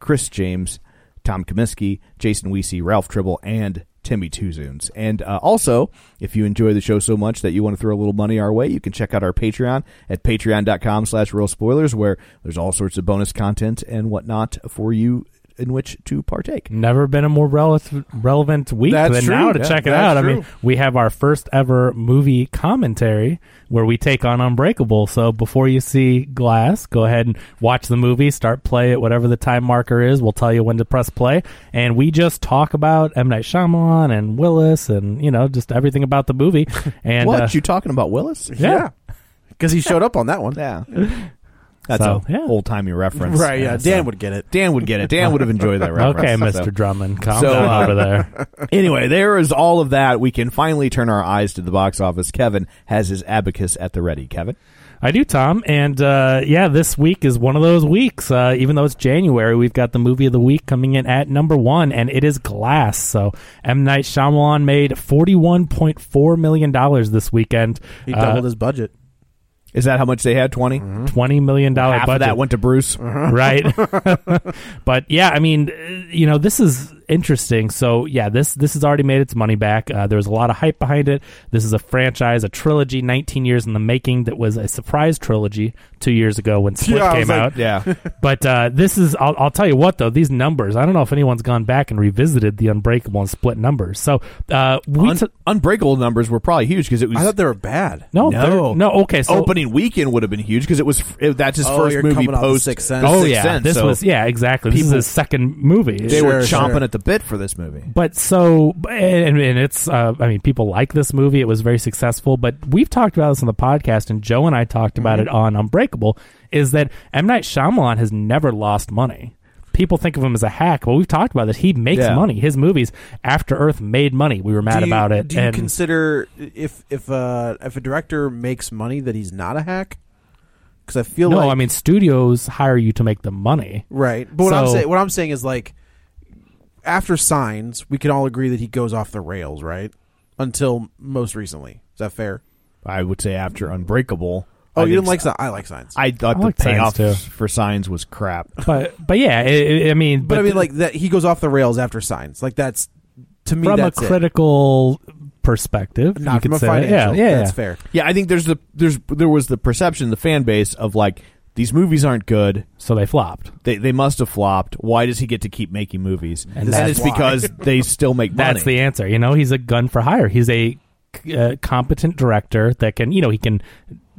[SPEAKER 1] chris james Tom Comiskey, Jason Weesey, Ralph Tribble, and Timmy Tuzoons. And uh, also, if you enjoy the show so much that you want to throw a little money our way, you can check out our Patreon at patreon.com slash real spoilers, where there's all sorts of bonus content and whatnot for you in which to partake.
[SPEAKER 3] Never been a more relative, relevant week
[SPEAKER 2] That's
[SPEAKER 3] than
[SPEAKER 2] true.
[SPEAKER 3] now to
[SPEAKER 2] Yeah,
[SPEAKER 3] check it
[SPEAKER 2] that's
[SPEAKER 3] out. I
[SPEAKER 2] true.
[SPEAKER 3] mean, we have our first ever movie commentary where we take on Unbreakable. So before you see Glass, go ahead and watch the movie, start play at whatever the time marker is. We'll tell you when to press play. And we just talk about M. Night Shyamalan and Willis and, you know, just everything about the movie. And
[SPEAKER 1] what?
[SPEAKER 3] uh,
[SPEAKER 1] you talking about Willis?
[SPEAKER 3] yeah.
[SPEAKER 2] because he showed up on that one.
[SPEAKER 1] Yeah. That's
[SPEAKER 3] So,
[SPEAKER 1] a
[SPEAKER 3] yeah.
[SPEAKER 1] old-timey reference.
[SPEAKER 2] Right. Yeah,
[SPEAKER 1] so-
[SPEAKER 2] Dan would get it.
[SPEAKER 1] Dan would get it. Dan would have enjoyed that reference.
[SPEAKER 3] Okay,
[SPEAKER 1] so.
[SPEAKER 3] Mr. Drummond, calm
[SPEAKER 1] So,
[SPEAKER 3] down
[SPEAKER 1] uh,
[SPEAKER 3] over there.
[SPEAKER 1] Anyway, there is all of that. We can finally turn our eyes to the box office. Kevin has his abacus at the ready. Kevin?
[SPEAKER 3] I do, Tom. And uh, yeah, this week is one of those weeks. Uh, even though it's January, we've got the movie of the week coming in at number one, and it is Glass. So M. Night Shyamalan made $41.4 million this weekend.
[SPEAKER 2] He
[SPEAKER 3] Uh,
[SPEAKER 2] doubled his budget.
[SPEAKER 1] Is that how much they had? 20?
[SPEAKER 3] $20 Uh, million
[SPEAKER 1] Half
[SPEAKER 3] Mm-hmm. budget. Mm-hmm.
[SPEAKER 1] of that went to Bruce.
[SPEAKER 3] right? but yeah, I mean, uh, you know, this is interesting. So yeah, this this has already made its money back. Uh, there was a lot of hype behind it. This is a franchise, a trilogy, 19 years in the making. That was a surprise trilogy two years ago when Split
[SPEAKER 2] Yeah, I was
[SPEAKER 3] came
[SPEAKER 2] like,
[SPEAKER 3] out.
[SPEAKER 1] Yeah.
[SPEAKER 3] But uh, this is, I'll, I'll tell you what, though, these numbers, I don't know if anyone's gone back and revisited the Unbreakable and Split numbers. So uh, we.
[SPEAKER 1] Un-
[SPEAKER 3] took
[SPEAKER 1] Unbreakable numbers were probably huge because it was.
[SPEAKER 2] I thought they were bad.
[SPEAKER 3] no,
[SPEAKER 1] no,
[SPEAKER 3] they're- no, okay. So
[SPEAKER 1] opening weekend would have been huge because it was f- it, that's his
[SPEAKER 2] Oh,
[SPEAKER 1] first
[SPEAKER 2] you're
[SPEAKER 1] movie
[SPEAKER 2] coming off The
[SPEAKER 1] post
[SPEAKER 2] Sixth
[SPEAKER 1] The
[SPEAKER 2] Sense.
[SPEAKER 3] oh
[SPEAKER 1] Sixth
[SPEAKER 3] yeah,
[SPEAKER 1] Sense,
[SPEAKER 3] this
[SPEAKER 1] so
[SPEAKER 3] was yeah, exactly. This is
[SPEAKER 1] People-
[SPEAKER 3] his second movie.
[SPEAKER 1] They were
[SPEAKER 2] Sure,
[SPEAKER 1] chomping
[SPEAKER 2] sure.
[SPEAKER 1] at the bit for this movie.
[SPEAKER 3] But so, and, and it's, uh, I mean, people like this movie. It was very successful, but we've talked about this on the podcast, and Joe and I talked about
[SPEAKER 2] Mm-hmm.
[SPEAKER 3] it on Unbreakable. Is that M. Night Shyamalan has never lost money. People think of him as a hack, but we've talked about this. He makes
[SPEAKER 1] Yeah.
[SPEAKER 3] money. His movies, After Earth, made money. We were mad
[SPEAKER 2] Do you-
[SPEAKER 3] about it.
[SPEAKER 2] Do you
[SPEAKER 3] and
[SPEAKER 2] consider if if uh, if a director makes money that he's not a hack? Because I feel
[SPEAKER 3] no,
[SPEAKER 2] like
[SPEAKER 3] I mean, studios hire you to make the money.
[SPEAKER 2] right. But what I'm
[SPEAKER 3] So-
[SPEAKER 2] saying what I'm saying is like after Signs, we can all agree that he goes off the rails, right? Until most recently, is that fair?
[SPEAKER 1] I would say after Unbreakable.
[SPEAKER 2] Oh,
[SPEAKER 1] I
[SPEAKER 2] you
[SPEAKER 1] think
[SPEAKER 2] didn't like
[SPEAKER 1] s-
[SPEAKER 2] Signs? I like Signs.
[SPEAKER 1] I thought
[SPEAKER 3] I
[SPEAKER 1] the
[SPEAKER 3] liked Signs,
[SPEAKER 1] payoff
[SPEAKER 3] too.
[SPEAKER 1] for Signs was crap.
[SPEAKER 3] But, but yeah, i i I mean,
[SPEAKER 2] but, I mean,
[SPEAKER 3] th-
[SPEAKER 2] like that he goes off the rails after Signs. Like that's to me
[SPEAKER 3] from a
[SPEAKER 2] that's it.
[SPEAKER 3] critical perspective, you
[SPEAKER 2] Not
[SPEAKER 3] could
[SPEAKER 2] from a
[SPEAKER 3] say, that.
[SPEAKER 2] financial.
[SPEAKER 3] yeah, yeah,
[SPEAKER 2] that's
[SPEAKER 3] yeah.
[SPEAKER 2] fair.
[SPEAKER 1] Yeah, I think there's the there's there was the perception the fan base of like these movies aren't good.
[SPEAKER 3] So they flopped.
[SPEAKER 1] They, they must have flopped. Why does he get to keep making movies? And,
[SPEAKER 3] that's
[SPEAKER 1] it's
[SPEAKER 2] why.
[SPEAKER 1] because they still make money.
[SPEAKER 3] That's the answer. You know, he's a gun for hire. He's a uh, competent director that can, you know, he can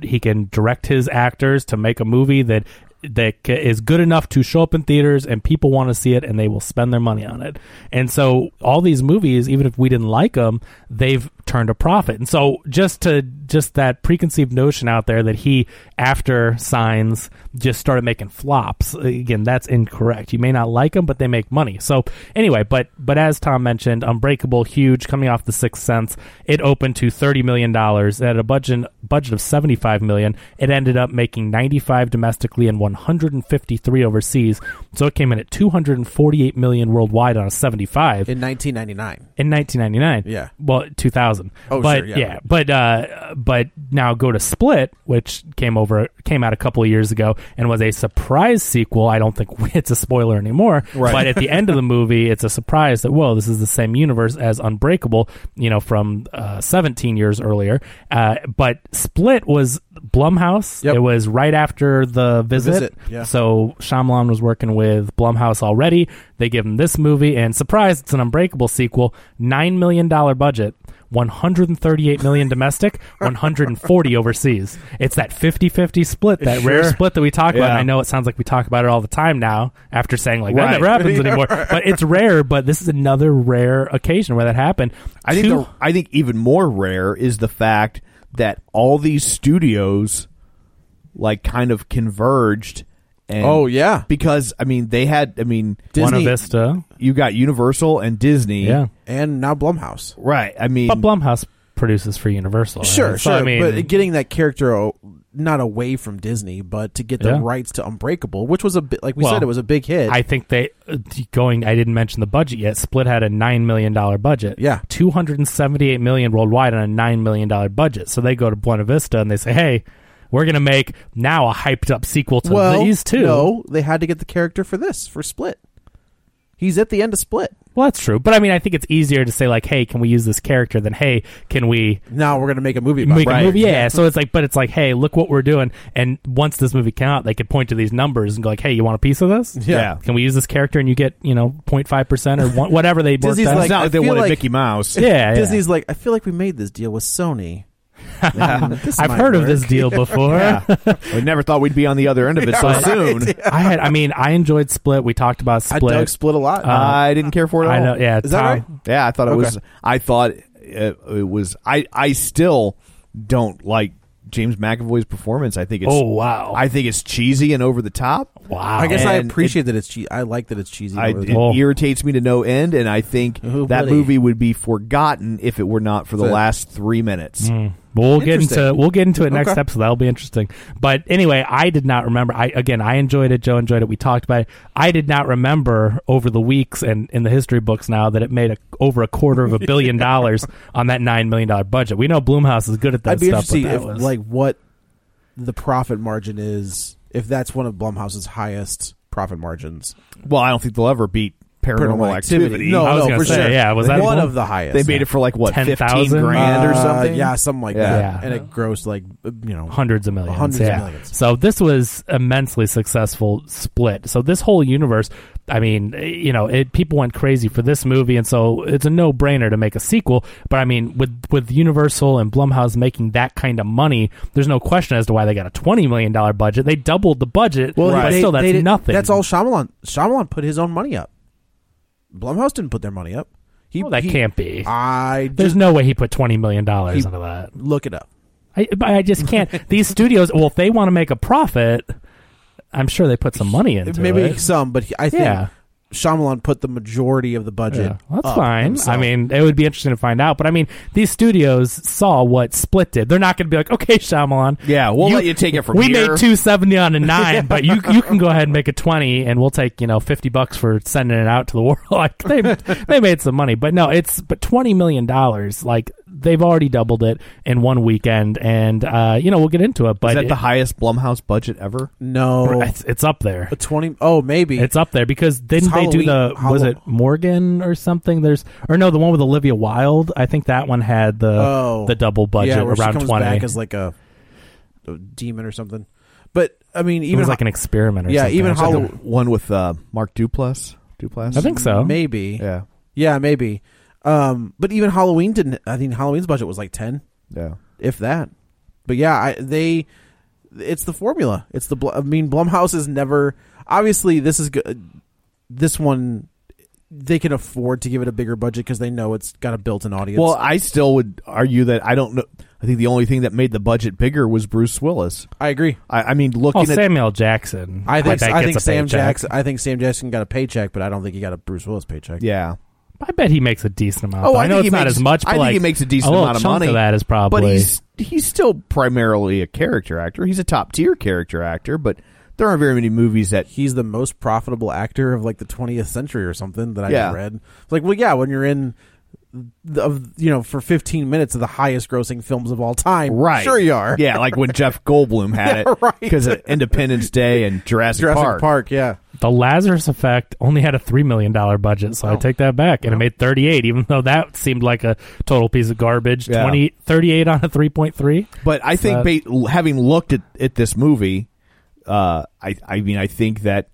[SPEAKER 3] he can direct his actors to make a movie that that c- is good enough to show up in theaters and people want to see it and they will spend their money on it. And so all these movies, even if we didn't like them, they've turned a profit. And so just to just that preconceived notion out there that he after signs just started making flops again that's incorrect you may not like them but they make money so anyway but but as tom mentioned unbreakable huge coming off the sixth sense it opened to 30 million dollars at a budget budget of 75 million it ended up making 95 domestically and 153 overseas so it came in at 248 million worldwide on a 75
[SPEAKER 2] In 1999,
[SPEAKER 3] in 1999.
[SPEAKER 2] Yeah.
[SPEAKER 3] Well, 2000.
[SPEAKER 2] Oh,
[SPEAKER 3] but,
[SPEAKER 2] sure, yeah.
[SPEAKER 3] But uh, but now go to Split, which came over came out a couple of years ago and was a surprise sequel. I don't think it's a spoiler anymore.
[SPEAKER 1] Right.
[SPEAKER 3] But at the end of the movie, it's a surprise that whoa, this is the same universe as Unbreakable. You know, from uh, 17 years earlier. Uh, but Split was Blumhouse.
[SPEAKER 2] Yep.
[SPEAKER 3] It was right after the visit.
[SPEAKER 2] Visit, yeah.
[SPEAKER 3] So Shyamalan was working with Blumhouse already. They give him this movie, and surprise, it's an Unbreakable sequel. Nine million dollar budget, one hundred and thirty-eight million domestic, one hundred and forty overseas. It's that 50-50 split, that rare
[SPEAKER 2] Sure.
[SPEAKER 3] split that we talk about.
[SPEAKER 1] Yeah.
[SPEAKER 3] And I know it sounds like we talk about it all the time now. After saying like that
[SPEAKER 1] Right.
[SPEAKER 3] never happens anymore, but it's rare. But this is another rare occasion where that happened.
[SPEAKER 1] I think
[SPEAKER 3] Two-
[SPEAKER 1] the, I think even more rare is the fact that all these studios like kind of converged. And
[SPEAKER 2] Oh, yeah.
[SPEAKER 1] because I mean they had I mean
[SPEAKER 3] Buena
[SPEAKER 2] Disney-
[SPEAKER 3] Vista.
[SPEAKER 1] you got Universal and Disney,
[SPEAKER 3] Yeah.
[SPEAKER 2] and now Blumhouse.
[SPEAKER 1] right. I mean,
[SPEAKER 3] But Blumhouse produces for Universal. right?
[SPEAKER 2] Sure,
[SPEAKER 3] So,
[SPEAKER 2] sure.
[SPEAKER 3] I mean,
[SPEAKER 2] but getting that character o- not away from Disney, but to get the
[SPEAKER 3] Yeah.
[SPEAKER 2] rights to Unbreakable, which was a bi- like we
[SPEAKER 3] Well,
[SPEAKER 2] said, it was a big hit.
[SPEAKER 3] I think they uh, going. I didn't mention the budget yet. Split had a nine million dollar budget.
[SPEAKER 2] Yeah.
[SPEAKER 3] two hundred and seventy eight million worldwide on a nine million dollar budget. So they go to Buena Vista and they say, "Hey, we're gonna make now a hyped up sequel to
[SPEAKER 2] well,
[SPEAKER 3] these two.
[SPEAKER 2] No, they had to get the character for this for Split. He's at the end of Split.
[SPEAKER 3] Well, that's true. But I mean, I think it's easier to say like, "Hey, can we use this character?" than "Hey, can we
[SPEAKER 2] Now we're gonna make a movie. About
[SPEAKER 3] make
[SPEAKER 2] it.
[SPEAKER 3] a movie?" Yeah. So it's like, but it's like, "Hey, look what we're doing." And once this movie came out, they could point to these numbers and go like, "Hey, you want a piece of this?"
[SPEAKER 1] yeah.
[SPEAKER 3] Can we use this character and you get you know 0.5 percent or one, whatever they worked
[SPEAKER 2] Disney's
[SPEAKER 3] out?
[SPEAKER 1] It's
[SPEAKER 2] like,
[SPEAKER 1] not
[SPEAKER 2] I
[SPEAKER 1] like they
[SPEAKER 2] feel
[SPEAKER 1] wanted
[SPEAKER 2] like-
[SPEAKER 1] Mickey Mouse.
[SPEAKER 3] yeah, yeah.
[SPEAKER 2] Disney's like, I feel like we made this deal with Sony. Um, this
[SPEAKER 3] I've
[SPEAKER 2] might
[SPEAKER 3] heard of
[SPEAKER 2] work.
[SPEAKER 3] this deal before.
[SPEAKER 1] we never thought we'd be on the other end of it so
[SPEAKER 3] right.
[SPEAKER 1] soon.
[SPEAKER 3] I had. I mean, I enjoyed Split. We talked about
[SPEAKER 2] I
[SPEAKER 3] Split.
[SPEAKER 2] dug Split a lot.
[SPEAKER 1] I didn't care for it. At
[SPEAKER 3] Uh, I
[SPEAKER 1] all.
[SPEAKER 3] know. Yeah.
[SPEAKER 2] Is that
[SPEAKER 3] Tom-
[SPEAKER 2] right?
[SPEAKER 1] Yeah, I thought it
[SPEAKER 2] Okay.
[SPEAKER 1] was. I thought it, it was. I I still don't like James McAvoy's performance. I think it's.
[SPEAKER 3] Oh wow.
[SPEAKER 1] I think it's cheesy and over the top.
[SPEAKER 3] wow.
[SPEAKER 2] I guess I
[SPEAKER 1] and
[SPEAKER 2] appreciate that it's cheesy. I like that it's cheesy.
[SPEAKER 1] I,
[SPEAKER 2] over the
[SPEAKER 1] it
[SPEAKER 2] top.
[SPEAKER 3] Oh.
[SPEAKER 1] irritates me to no end, and I think
[SPEAKER 2] Oh,
[SPEAKER 1] that
[SPEAKER 2] buddy.
[SPEAKER 1] movie would be forgotten if it were not for the
[SPEAKER 2] That's it.
[SPEAKER 1] last three minutes.
[SPEAKER 3] Hmm. We'll get
[SPEAKER 2] Interesting.
[SPEAKER 3] into we'll get into it next
[SPEAKER 2] Okay.
[SPEAKER 3] episode. That'll be interesting. But anyway, I did not remember. I again, I enjoyed it. Joe enjoyed it. We talked about it. I did not remember over the weeks and in the history books now that it made a, over a quarter of a billion dollars on that nine million dollar budget. We know Bloomhouse is good at that
[SPEAKER 2] I'd be
[SPEAKER 3] stuff.
[SPEAKER 2] interested
[SPEAKER 3] but that
[SPEAKER 2] if
[SPEAKER 3] was-
[SPEAKER 2] like what the profit margin is if that's one of Blumhouse's highest profit margins.
[SPEAKER 1] Well, I don't think they'll ever beat Paranormal, Activity.
[SPEAKER 2] No,
[SPEAKER 3] I was
[SPEAKER 2] no,
[SPEAKER 3] gonna
[SPEAKER 2] for
[SPEAKER 3] say,
[SPEAKER 2] sure.
[SPEAKER 3] yeah, was that
[SPEAKER 2] one
[SPEAKER 3] one?
[SPEAKER 2] of the highest?
[SPEAKER 1] they made it for like what
[SPEAKER 3] 10,000?
[SPEAKER 1] fifteen grand or
[SPEAKER 2] Uh,
[SPEAKER 1] something.
[SPEAKER 2] yeah, something like
[SPEAKER 1] Yeah.
[SPEAKER 2] that.
[SPEAKER 3] Yeah.
[SPEAKER 2] And it grossed like you know
[SPEAKER 3] hundreds of millions.
[SPEAKER 2] Hundreds of
[SPEAKER 3] yeah.
[SPEAKER 2] millions.
[SPEAKER 3] So this was immensely successful split. So this whole universe, I mean, eh, you know, it, people went crazy for this movie, and so it's a no brainer to make a sequel. But I mean, with with Universal and Blumhouse making that kind of money, there's no question as to why they got a twenty million dollar budget. They doubled the budget,
[SPEAKER 2] Well,
[SPEAKER 3] but
[SPEAKER 2] they-
[SPEAKER 3] still, that's
[SPEAKER 2] they did-
[SPEAKER 3] nothing.
[SPEAKER 2] That's all Shyamalan. Shyamalan put his own money up. Blumhouse didn't put their money up. He
[SPEAKER 3] Well, that
[SPEAKER 2] he-
[SPEAKER 3] can't be.
[SPEAKER 2] I
[SPEAKER 3] There's
[SPEAKER 2] just
[SPEAKER 3] no way he put twenty million dollars
[SPEAKER 2] He-
[SPEAKER 3] into that.
[SPEAKER 2] look it up.
[SPEAKER 3] I, but I just can't. These studios, well, if they want to make a profit, I'm sure they put some money into
[SPEAKER 2] Maybe
[SPEAKER 3] it.
[SPEAKER 2] some, but he, I think
[SPEAKER 3] Yeah.
[SPEAKER 2] Shyamalan put the majority of the budget.
[SPEAKER 3] Yeah, that's
[SPEAKER 2] up
[SPEAKER 3] fine.
[SPEAKER 2] himself.
[SPEAKER 3] I mean, it would be interesting to find out. But I mean, these studios saw what Split did. They're not going to be like, okay, Shyamalan.
[SPEAKER 1] Yeah, we'll let you take it from
[SPEAKER 3] we
[SPEAKER 1] here."
[SPEAKER 3] made two seventy on a nine, but you you can go ahead and make a twenty, and we'll take you know fifty bucks for sending it out to the world. like they they made some money, but no, it's but twenty million dollars. Like they've already doubled it in one weekend, and uh, you know we'll get into it. But
[SPEAKER 1] Is that
[SPEAKER 3] it-
[SPEAKER 1] the highest Blumhouse budget ever?
[SPEAKER 2] no,
[SPEAKER 3] it's, it's up there.
[SPEAKER 2] a twenty. Oh, maybe
[SPEAKER 3] It's up there because didn't they do the
[SPEAKER 2] Halloween-
[SPEAKER 3] was
[SPEAKER 2] Hallow-
[SPEAKER 3] it Morgan or something? There's or no, the one with Olivia Wilde. I think that one had the
[SPEAKER 2] oh
[SPEAKER 3] the double budget
[SPEAKER 2] yeah, where she
[SPEAKER 3] around
[SPEAKER 2] comes
[SPEAKER 3] twenty.
[SPEAKER 2] back as like a, a demon or something. But I mean,
[SPEAKER 3] it
[SPEAKER 2] even
[SPEAKER 3] was like an experiment. Or
[SPEAKER 2] yeah,
[SPEAKER 3] something.
[SPEAKER 2] even
[SPEAKER 3] I
[SPEAKER 1] Is that the
[SPEAKER 2] Hallow-
[SPEAKER 1] one with uh, Mark Duplass. Duplass.
[SPEAKER 3] I think so.
[SPEAKER 2] maybe yeah,
[SPEAKER 1] Yeah.
[SPEAKER 2] maybe. Um, but even Halloween didn't. I think Halloween's budget was like ten,
[SPEAKER 1] Yeah.
[SPEAKER 2] if that. But yeah, I, they. It's the formula. It's the. Bl- I mean, Blumhouse is never. Obviously, this is good. This one, they can afford to give it a bigger budget because they know it's got a built-in audience.
[SPEAKER 1] Well, I still would argue that I don't know. I think the only thing that made the budget bigger was Bruce Willis.
[SPEAKER 2] I agree.
[SPEAKER 1] I, I mean, looking
[SPEAKER 3] Oh,
[SPEAKER 1] at
[SPEAKER 3] Samuel Jackson.
[SPEAKER 2] I think
[SPEAKER 3] bet
[SPEAKER 2] I
[SPEAKER 3] gets
[SPEAKER 2] think
[SPEAKER 3] a
[SPEAKER 2] Sam
[SPEAKER 3] paycheck.
[SPEAKER 2] Jackson. I think Sam Jackson got a paycheck, but I don't think he got a Bruce Willis paycheck.
[SPEAKER 1] yeah,
[SPEAKER 3] I bet he makes a decent amount.
[SPEAKER 1] Oh,
[SPEAKER 3] though.
[SPEAKER 1] I
[SPEAKER 3] I know
[SPEAKER 1] think
[SPEAKER 3] it's
[SPEAKER 1] he
[SPEAKER 3] not
[SPEAKER 1] makes-
[SPEAKER 3] as much.
[SPEAKER 1] I
[SPEAKER 3] but,
[SPEAKER 1] think
[SPEAKER 3] like,
[SPEAKER 1] he makes a decent
[SPEAKER 3] a little
[SPEAKER 1] amount of
[SPEAKER 3] chunk
[SPEAKER 1] money.
[SPEAKER 3] that is probably.
[SPEAKER 1] but he's he's still primarily a character actor. He's a top tier character actor, but there aren't very many movies that.
[SPEAKER 2] He's the most profitable actor of like the 20th century or something that I
[SPEAKER 1] Yeah.
[SPEAKER 2] read. It's like, well, yeah, when you're in the, of you know for 15 minutes of the highest grossing films of all time,
[SPEAKER 1] Right,
[SPEAKER 2] Sure, you are.
[SPEAKER 1] Yeah, like when Jeff Goldblum had
[SPEAKER 2] Yeah,
[SPEAKER 1] it,
[SPEAKER 2] right.
[SPEAKER 1] Because of Independence Day and Jurassic,
[SPEAKER 2] Jurassic
[SPEAKER 1] Park.
[SPEAKER 2] Park. yeah.
[SPEAKER 3] the Lazarus Effect only had a three million dollar budget, so I take that back, and it made thirty eight, even though that seemed like a total piece of garbage.
[SPEAKER 1] Yeah.
[SPEAKER 3] Twenty thirty eight 20 38 on a three point three.
[SPEAKER 1] But I think, ba- having looked at, at this movie, uh, I I mean, I think that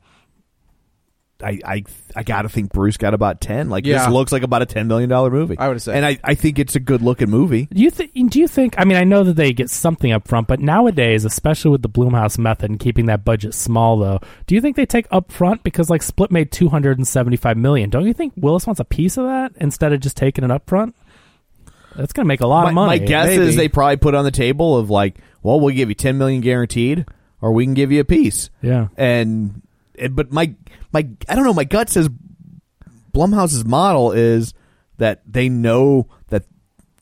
[SPEAKER 1] I I I gotta think Bruce got about ten. Like
[SPEAKER 2] Yeah.
[SPEAKER 1] this looks like about a ten million dollar movie.
[SPEAKER 2] I would say.
[SPEAKER 1] and I I think it's a good looking movie.
[SPEAKER 3] Do you think? Do you think? I mean, I know that they get something up front, but nowadays, especially with the Bloomhouse method and keeping that budget small, though, do you think they take up front because like Split made two hundred and seventy five million? Don't you think Willis wants a piece of that instead of just taking it up front? That's gonna make a lot
[SPEAKER 1] My,
[SPEAKER 3] of money.
[SPEAKER 1] my guess
[SPEAKER 3] maybe.
[SPEAKER 1] is they probably put on the table of like, well, we'll give you ten million guaranteed, or we can give you a piece.
[SPEAKER 3] Yeah.
[SPEAKER 1] And and- but my my I don't know. My gut says Blumhouse's model is that they know that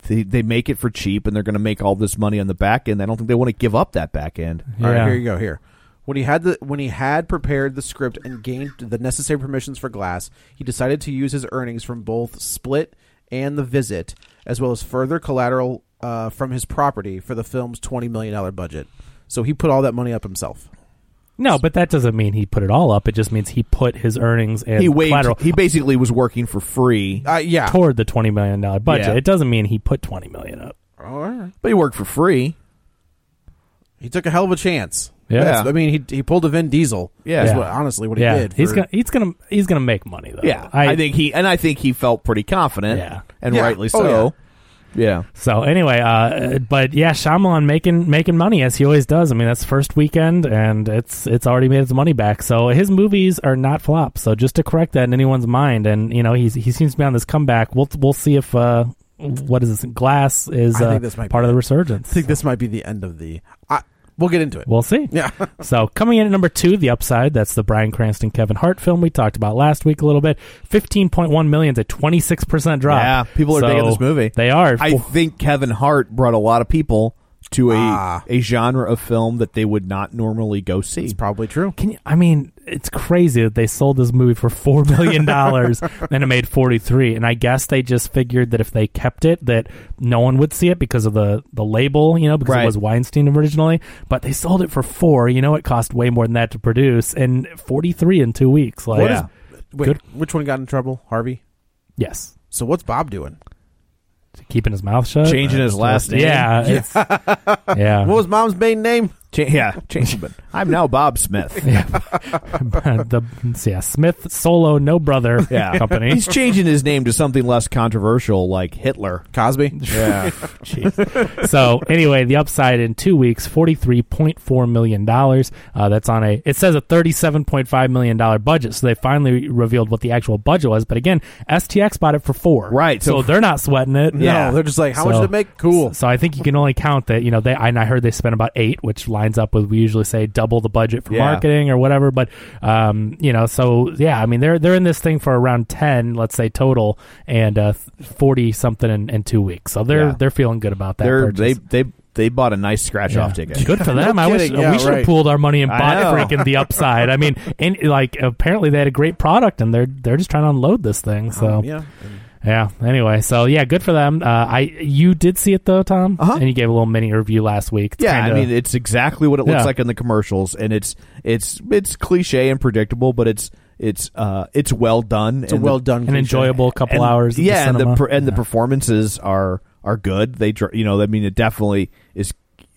[SPEAKER 1] they, they make it for cheap and they're going to make all this money on the back end. I don't think they want to give up that back end.
[SPEAKER 2] All right,
[SPEAKER 3] Yeah.
[SPEAKER 2] here you go. Here, when he had the when he had prepared the script and gained the necessary permissions for Glass, he decided to use his earnings from both Split and The Visit, as well as further collateral uh, from his property for the film's twenty million dollar budget. So he put all that money up himself.
[SPEAKER 3] No, but that doesn't mean he put it all up. It just means he put his earnings and
[SPEAKER 1] He waived.
[SPEAKER 3] collateral
[SPEAKER 1] He basically was working for free,
[SPEAKER 2] Uh, yeah.
[SPEAKER 3] toward the twenty million dollar budget.
[SPEAKER 1] Yeah.
[SPEAKER 3] It doesn't mean he put twenty million up.
[SPEAKER 2] All right.
[SPEAKER 1] but he worked for free.
[SPEAKER 2] He took a hell of a chance.
[SPEAKER 3] Yeah.
[SPEAKER 2] That's- I mean, he, he pulled a Vin Diesel.
[SPEAKER 1] Yeah.
[SPEAKER 2] That's
[SPEAKER 3] Yeah.
[SPEAKER 2] what, honestly what
[SPEAKER 3] yeah,
[SPEAKER 2] he did.
[SPEAKER 3] he's
[SPEAKER 2] for-
[SPEAKER 3] gonna he's gonna he's gonna make money though.
[SPEAKER 1] Yeah, I, think he and I think he felt pretty confident,
[SPEAKER 3] Yeah.
[SPEAKER 1] and
[SPEAKER 2] Yeah.
[SPEAKER 1] rightly
[SPEAKER 2] Oh,
[SPEAKER 1] so. yeah.
[SPEAKER 3] So anyway, uh, but yeah, Shyamalan making making money as he always does. I mean, that's first weekend, and it's it's already made his money back. So his movies are not flops. So just to correct that in anyone's mind, and you know he's he seems to be on this comeback. We'll we'll see if uh, what is this Glass is
[SPEAKER 2] I
[SPEAKER 3] uh,
[SPEAKER 2] think this might
[SPEAKER 3] part
[SPEAKER 2] be
[SPEAKER 3] of the
[SPEAKER 2] it. I
[SPEAKER 3] resurgence.
[SPEAKER 2] think this might be the end of the. I, we'll get into it.
[SPEAKER 3] We'll see.
[SPEAKER 2] yeah.
[SPEAKER 3] So coming in at number two, The Upside. That's the Brian Cranston Kevin Hart film we talked about last week a little bit. Fifteen point one million, a twenty six percent drop.
[SPEAKER 1] Yeah, people are
[SPEAKER 3] Ah, So
[SPEAKER 1] digging this movie.
[SPEAKER 3] They are.
[SPEAKER 1] I think Kevin Hart brought a lot of people to a
[SPEAKER 2] Ah.
[SPEAKER 1] a genre of film that they would not normally go see.
[SPEAKER 2] It's probably true.
[SPEAKER 3] Can you, I mean, it's crazy that they sold this movie for four million dollars and it made forty three. And I guess they just figured that if they kept it, that no one would see it because of the the label, you know, because
[SPEAKER 1] Right.
[SPEAKER 3] it was Weinstein originally. But they sold it for four. You know, it cost way more than that to produce, and forty three in two weeks. Like,
[SPEAKER 1] What is-
[SPEAKER 2] Wait,
[SPEAKER 3] Good.
[SPEAKER 2] which one got in trouble? Harvey?
[SPEAKER 3] yes,
[SPEAKER 2] So what's Bob doing?
[SPEAKER 3] keeping his mouth shut,
[SPEAKER 1] Changing his last name.
[SPEAKER 3] Yeah, it's, yeah.
[SPEAKER 2] What was Mom's main name?
[SPEAKER 1] Cha- yeah, change it. I'm now Bob Smith.
[SPEAKER 3] the yeah Smith Solo No Brother
[SPEAKER 1] Yeah,
[SPEAKER 3] company.
[SPEAKER 1] He's changing his name to something less controversial, like Hitler.
[SPEAKER 2] Cosby.
[SPEAKER 1] Yeah,
[SPEAKER 3] so anyway, the upside in two weeks, forty three point four million dollars. Uh, that's on a. It says a thirty seven point five million dollar budget. So they finally revealed what the actual budget was. But again, STX bought it for four.
[SPEAKER 1] Right,
[SPEAKER 3] So,
[SPEAKER 1] so-
[SPEAKER 3] they're not sweating it.
[SPEAKER 1] Yeah.
[SPEAKER 2] No, they're just like, how much
[SPEAKER 3] So-
[SPEAKER 2] did it make? Cool.
[SPEAKER 3] So I think you can only count that you know they. And I heard they spent about eight, which lines up with we usually say double the budget for
[SPEAKER 1] Yeah.
[SPEAKER 3] marketing or whatever. But um, you know, so yeah, I mean they're they're in this thing for around ten, let's say total, and uh, forty something in, in two weeks. So they're
[SPEAKER 1] Yeah.
[SPEAKER 3] they're feeling good about that.
[SPEAKER 1] they're
[SPEAKER 3] purchase.
[SPEAKER 1] they they they bought a nice scratch off
[SPEAKER 3] Yeah.
[SPEAKER 1] ticket.
[SPEAKER 3] Good for them. I wish
[SPEAKER 2] kidding. Yeah,
[SPEAKER 3] we should have
[SPEAKER 2] right.
[SPEAKER 3] pooled our money and
[SPEAKER 1] I
[SPEAKER 3] bought
[SPEAKER 1] know.
[SPEAKER 3] freaking the upside. I mean, and like apparently they had a great product and they're they're just trying to unload this
[SPEAKER 1] Um,
[SPEAKER 3] thing. So yeah.
[SPEAKER 2] yeah.
[SPEAKER 3] Anyway, so yeah, good for them. Uh, I you did see it though, Tom,
[SPEAKER 1] Uh-huh.
[SPEAKER 3] and you gave a little mini review last week. It's
[SPEAKER 1] Yeah,
[SPEAKER 3] kinda-
[SPEAKER 1] I mean it's exactly what it looks
[SPEAKER 3] Yeah.
[SPEAKER 1] like in the commercials, and it's it's it's cliche and predictable, but it's it's uh it's well done.
[SPEAKER 2] It's a well done,
[SPEAKER 3] an enjoyable couple
[SPEAKER 1] and-
[SPEAKER 3] hours. at
[SPEAKER 1] Yeah,
[SPEAKER 3] the
[SPEAKER 1] and
[SPEAKER 3] cinema.
[SPEAKER 1] the per- and the performances are are good. They dr- you know I mean it definitely is.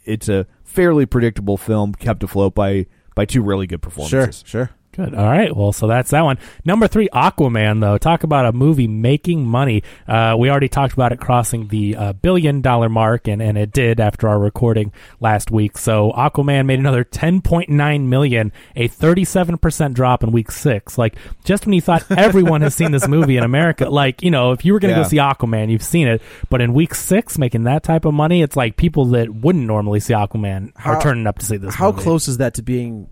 [SPEAKER 1] It's a fairly predictable film kept afloat by by two really good
[SPEAKER 2] Sure,
[SPEAKER 1] performances.
[SPEAKER 2] sure.
[SPEAKER 3] Good. All right. Well, so that's that one. Number three, Aquaman, though. Talk about a movie making money. Uh, we already talked about it crossing the uh, billion dollar mark, and, and it did after our recording last week. So Aquaman made another 10.9 million, a 37% drop in week six. Like, just when you thought everyone has seen this movie in America, like, you know, if you were going to
[SPEAKER 1] Yeah.
[SPEAKER 3] go see Aquaman, you've seen it. But in week six, making that type of money, it's like people that wouldn't normally see Aquaman are
[SPEAKER 2] How-
[SPEAKER 3] turning up to see this
[SPEAKER 2] How
[SPEAKER 3] movie.
[SPEAKER 2] close is that to being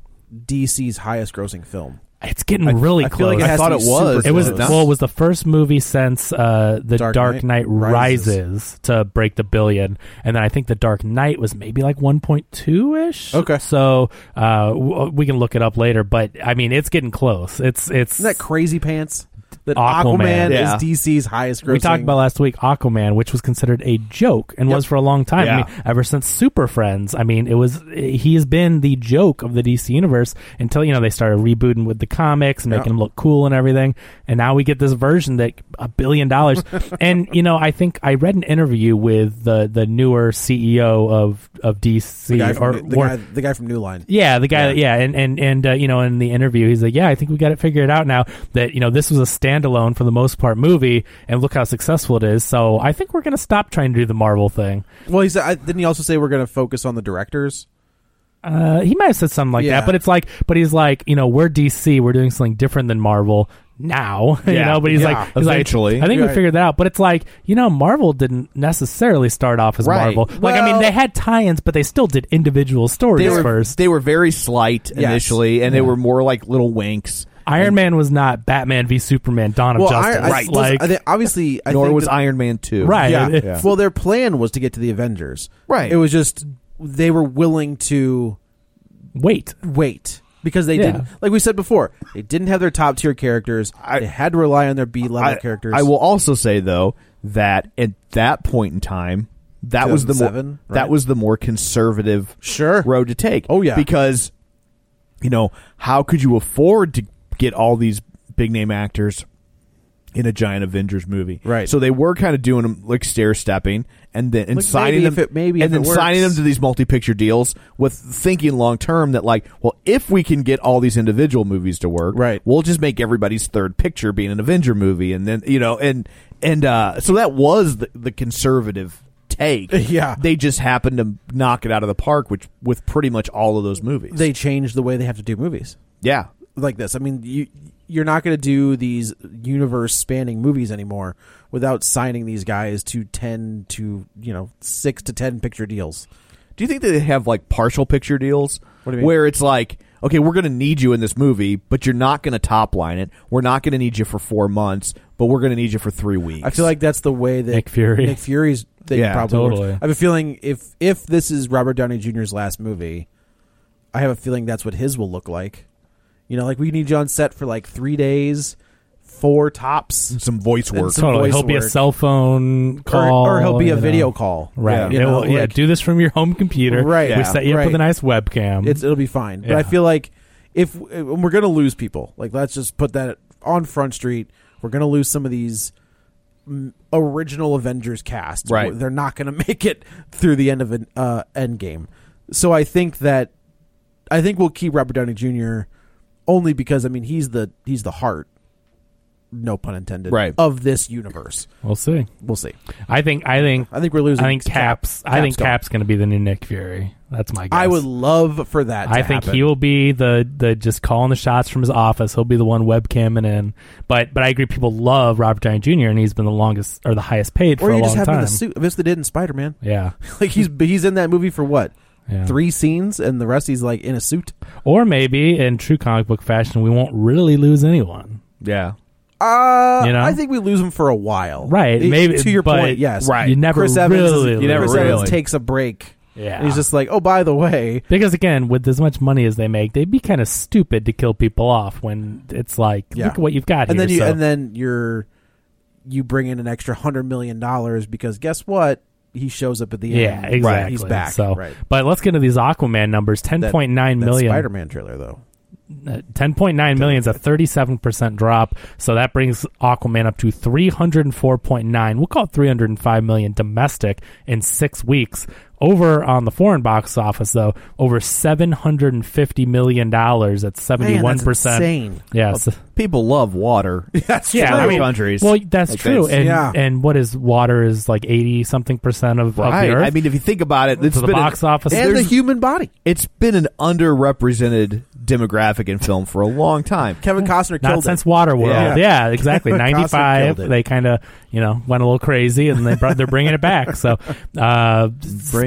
[SPEAKER 2] DC's highest grossing film?
[SPEAKER 3] It's getting really
[SPEAKER 2] I
[SPEAKER 3] close.
[SPEAKER 2] feel like it
[SPEAKER 1] I
[SPEAKER 2] has
[SPEAKER 1] thought
[SPEAKER 2] to
[SPEAKER 1] it
[SPEAKER 2] be
[SPEAKER 1] was.
[SPEAKER 2] super
[SPEAKER 3] It was
[SPEAKER 1] Is it not?
[SPEAKER 2] close.
[SPEAKER 3] well. It was the first movie since uh, the Dark,
[SPEAKER 2] Dark Knight
[SPEAKER 3] Knight, Rises.
[SPEAKER 2] Rises.
[SPEAKER 3] to break the billion, and then I think the Dark Knight was maybe like one point two ish.
[SPEAKER 2] Okay.
[SPEAKER 3] so uh, w- we can look it up later, but I mean it's getting close. It's it's
[SPEAKER 2] Isn't that crazy pants? That
[SPEAKER 3] Aquaman.
[SPEAKER 2] Aquaman,
[SPEAKER 1] Yeah.
[SPEAKER 2] is DC's highest grossing.
[SPEAKER 3] we talked about last week Aquaman, which was considered a joke and was for a long time. I
[SPEAKER 1] Yeah.
[SPEAKER 3] mean, ever since Super Friends, I mean, it was he has been the joke of the DC universe until you know they started rebooting with the comics and making him look cool and everything. And now we get this version that a billion dollars. and you know, I think I read an interview with the the newer CEO of of DC
[SPEAKER 2] the guy, from,
[SPEAKER 3] or
[SPEAKER 2] New- the,
[SPEAKER 3] Warner-
[SPEAKER 2] guy, the guy from New Line.
[SPEAKER 3] yeah, the guy. Yeah, and and and uh, you know, in the interview, he's like, "Yeah, I think we got it figured out now that you know this was a standalone for the most part movie, and look how successful it is. So I think we're gonna stop trying to do the Marvel thing."
[SPEAKER 2] Well, he said. I, didn't he also say we're going to focus on the directors?
[SPEAKER 3] Uh, he might have said something like
[SPEAKER 2] Yeah.
[SPEAKER 3] that, but it's like, but he's like, you know, we're DC, we're doing something different than Marvel. now, you
[SPEAKER 1] Yeah,
[SPEAKER 3] know. But he's
[SPEAKER 1] yeah.
[SPEAKER 3] like, he's like,
[SPEAKER 1] Eventually.
[SPEAKER 3] I think we
[SPEAKER 2] Right.
[SPEAKER 3] figured that out. But it's like, you know, Marvel didn't necessarily start off as
[SPEAKER 1] Right.
[SPEAKER 3] Marvel. Like, I mean,
[SPEAKER 2] Well-
[SPEAKER 3] they had tie-ins, but they still did individual stories
[SPEAKER 1] They were
[SPEAKER 3] first.
[SPEAKER 1] they were very slight
[SPEAKER 2] Yes.
[SPEAKER 1] initially, and they were more like little winks.
[SPEAKER 3] Iron Man was not Batman v Superman: Dawn of
[SPEAKER 2] Well, I,
[SPEAKER 3] Justice,
[SPEAKER 2] I,
[SPEAKER 3] right?
[SPEAKER 2] listen,
[SPEAKER 3] like,
[SPEAKER 2] I think- obviously, I
[SPEAKER 1] nor
[SPEAKER 2] think
[SPEAKER 1] was
[SPEAKER 2] that-
[SPEAKER 1] Iron Man two.
[SPEAKER 3] Right.
[SPEAKER 2] Yeah.
[SPEAKER 3] It-
[SPEAKER 1] Yeah.
[SPEAKER 2] Well, their plan was to get to the Avengers.
[SPEAKER 1] Right.
[SPEAKER 2] It was just they were willing to
[SPEAKER 3] wait,
[SPEAKER 2] wait because they
[SPEAKER 3] Yeah.
[SPEAKER 2] didn't like we said before they didn't have their top tier characters
[SPEAKER 1] I-
[SPEAKER 2] they had to rely on their b
[SPEAKER 1] I,
[SPEAKER 2] level characters
[SPEAKER 1] I will also say though that at that point in time, that was the more
[SPEAKER 2] 2007, right?
[SPEAKER 1] that was the more conservative
[SPEAKER 2] Sure.
[SPEAKER 1] road to take.
[SPEAKER 2] Oh, yeah.
[SPEAKER 1] because you know how could you afford to get all these big name actors in a giant Avengers movie?
[SPEAKER 2] Right.
[SPEAKER 1] So they were kind of doing them like stair stepping, and then and
[SPEAKER 2] Like,
[SPEAKER 1] signing
[SPEAKER 2] maybe
[SPEAKER 1] them
[SPEAKER 2] if it- maybe if
[SPEAKER 1] and then
[SPEAKER 2] it works.
[SPEAKER 1] signing them to these multi picture deals with thinking long term that like well if we can get all these individual movies to work
[SPEAKER 2] Right.
[SPEAKER 1] we'll just make everybody's third picture being an Avenger movie, and then you know, and and uh, so that was the, the conservative take.
[SPEAKER 2] Yeah.
[SPEAKER 1] they just happened to knock it out of the park, which with pretty much all of those movies.
[SPEAKER 2] they changed the way they have to do movies
[SPEAKER 1] yeah,
[SPEAKER 2] like this i mean you you're not going to do these universe spanning movies anymore without signing these guys to 10 to you know 6 to 10 picture deals
[SPEAKER 1] Do you think that they have like partial picture deals
[SPEAKER 2] What do you mean?
[SPEAKER 1] where it's like, okay, we're going to need you in this movie, but you're not going to top line it. We're not going to need you for four months, but we're going to need you for three weeks.
[SPEAKER 2] I feel like that's the way that
[SPEAKER 3] Nick Fury.
[SPEAKER 2] Nick Fury's they
[SPEAKER 1] Yeah,
[SPEAKER 2] probably
[SPEAKER 3] totally.
[SPEAKER 2] works. I have a feeling if if this is Robert Downey Jr.'s last movie, I have a feeling that's what his will look like. You know, like we need you on set for like three days, four tops,
[SPEAKER 1] some voice
[SPEAKER 2] And
[SPEAKER 1] work.
[SPEAKER 2] some-
[SPEAKER 3] totally.
[SPEAKER 2] voice
[SPEAKER 3] He'll be a
[SPEAKER 2] work.
[SPEAKER 3] cell phone call,
[SPEAKER 2] or, or he'll be a
[SPEAKER 3] you know.
[SPEAKER 2] video call,
[SPEAKER 3] Right.
[SPEAKER 2] You
[SPEAKER 3] Yeah.
[SPEAKER 2] know,
[SPEAKER 3] yeah.
[SPEAKER 2] like,
[SPEAKER 3] Do this from your home computer.
[SPEAKER 2] Right.
[SPEAKER 3] We
[SPEAKER 1] Yeah.
[SPEAKER 3] set you up
[SPEAKER 2] Right.
[SPEAKER 3] with a nice webcam.
[SPEAKER 2] it's it'll be fine. But I
[SPEAKER 3] Yeah.
[SPEAKER 2] feel like if and we're gonna lose people, like let's just put that on Front Street. We're gonna lose some of these mm, original Avengers cast.
[SPEAKER 1] Right.
[SPEAKER 2] they're not gonna make it through the end of an uh, end game. So I think that I think we'll keep Robert Downey Jr. only because I mean he's the he's the heart, no pun intended,
[SPEAKER 1] Right.
[SPEAKER 2] of this universe.
[SPEAKER 3] we'll see.
[SPEAKER 2] We'll see.
[SPEAKER 3] I think. I think.
[SPEAKER 2] I think we're losing.
[SPEAKER 3] I think Caps. I think
[SPEAKER 2] gone.
[SPEAKER 3] Cap's going to be the new Nick Fury. That's my guess.
[SPEAKER 2] I would love for that.
[SPEAKER 3] I
[SPEAKER 2] to
[SPEAKER 3] think
[SPEAKER 2] happen.
[SPEAKER 3] he will be the the just calling the shots from his office. He'll be the one webcamming in. But but I agree. People love Robert Downey Jr. and he's been the longest or the highest paid for
[SPEAKER 2] Or
[SPEAKER 3] a
[SPEAKER 2] you
[SPEAKER 3] long
[SPEAKER 2] just have him
[SPEAKER 3] time.
[SPEAKER 2] in the suit. That's what they did in Spider Man.
[SPEAKER 3] Yeah.
[SPEAKER 2] like he's he's in that movie for what
[SPEAKER 3] yeah.
[SPEAKER 2] three scenes and the rest he's like in a suit
[SPEAKER 3] Or maybe in true comic book fashion, we won't really lose anyone.
[SPEAKER 1] yeah.
[SPEAKER 2] uh
[SPEAKER 3] You know?
[SPEAKER 2] i think we lose him for a while
[SPEAKER 3] Right,
[SPEAKER 2] It-
[SPEAKER 3] maybe-
[SPEAKER 2] to your
[SPEAKER 3] but-
[SPEAKER 2] point yes
[SPEAKER 3] right. You never
[SPEAKER 2] chris evans is-
[SPEAKER 3] really
[SPEAKER 1] You never
[SPEAKER 2] chris evans
[SPEAKER 1] really.
[SPEAKER 2] takes a break
[SPEAKER 3] Yeah.
[SPEAKER 2] And he's just like oh by the way
[SPEAKER 3] Because again, with as much money as they make, they'd be kind of stupid to kill people off when it's like,
[SPEAKER 2] Yeah.
[SPEAKER 3] look at what you've got
[SPEAKER 2] and
[SPEAKER 3] here.
[SPEAKER 2] then you
[SPEAKER 3] so-
[SPEAKER 2] and then you're you bring in an extra hundred million dollars because guess what he shows up at the
[SPEAKER 3] yeah,
[SPEAKER 2] end
[SPEAKER 3] exactly.
[SPEAKER 2] he's back
[SPEAKER 3] So,
[SPEAKER 2] right
[SPEAKER 3] but let's get into these Aquaman numbers. Ten
[SPEAKER 2] That-
[SPEAKER 3] point nine
[SPEAKER 2] that
[SPEAKER 3] million. uh,
[SPEAKER 2] spider-man trailer though
[SPEAKER 3] Ten point nine million is a thirty-seven percent drop. So that brings Aquaman up to three hundred and four point nine. We'll call it three hundred and five million domestic in six weeks. Over on the foreign box office, though, over seven hundred and fifty million dollars at
[SPEAKER 2] Man,
[SPEAKER 3] seventy-one
[SPEAKER 2] that's
[SPEAKER 3] percent.
[SPEAKER 2] insane
[SPEAKER 3] Yes,
[SPEAKER 1] People love water.
[SPEAKER 2] that's
[SPEAKER 3] yeah,
[SPEAKER 1] true.
[SPEAKER 3] I mean,
[SPEAKER 1] countries.
[SPEAKER 3] Well, that's
[SPEAKER 1] Like,
[SPEAKER 3] true.
[SPEAKER 1] that's-
[SPEAKER 3] and
[SPEAKER 2] Yeah.
[SPEAKER 3] and what is water is like eighty something percent of, of
[SPEAKER 1] Right.
[SPEAKER 3] the earth.
[SPEAKER 1] I mean, if you think about it, it's
[SPEAKER 3] the
[SPEAKER 1] been
[SPEAKER 3] box
[SPEAKER 1] an,
[SPEAKER 3] office.
[SPEAKER 2] and the
[SPEAKER 3] There's-
[SPEAKER 2] human body
[SPEAKER 1] it's been an underrepresented demographic in film for a long time.
[SPEAKER 2] kevin costner
[SPEAKER 3] not
[SPEAKER 2] killed it.
[SPEAKER 3] since Waterworld.
[SPEAKER 1] Yeah.
[SPEAKER 3] Yeah, exactly.
[SPEAKER 2] Costner
[SPEAKER 3] Ninety five.
[SPEAKER 2] killed it.
[SPEAKER 3] They kind of you know went a little crazy, and they brought, they're bringing it back. So, uh,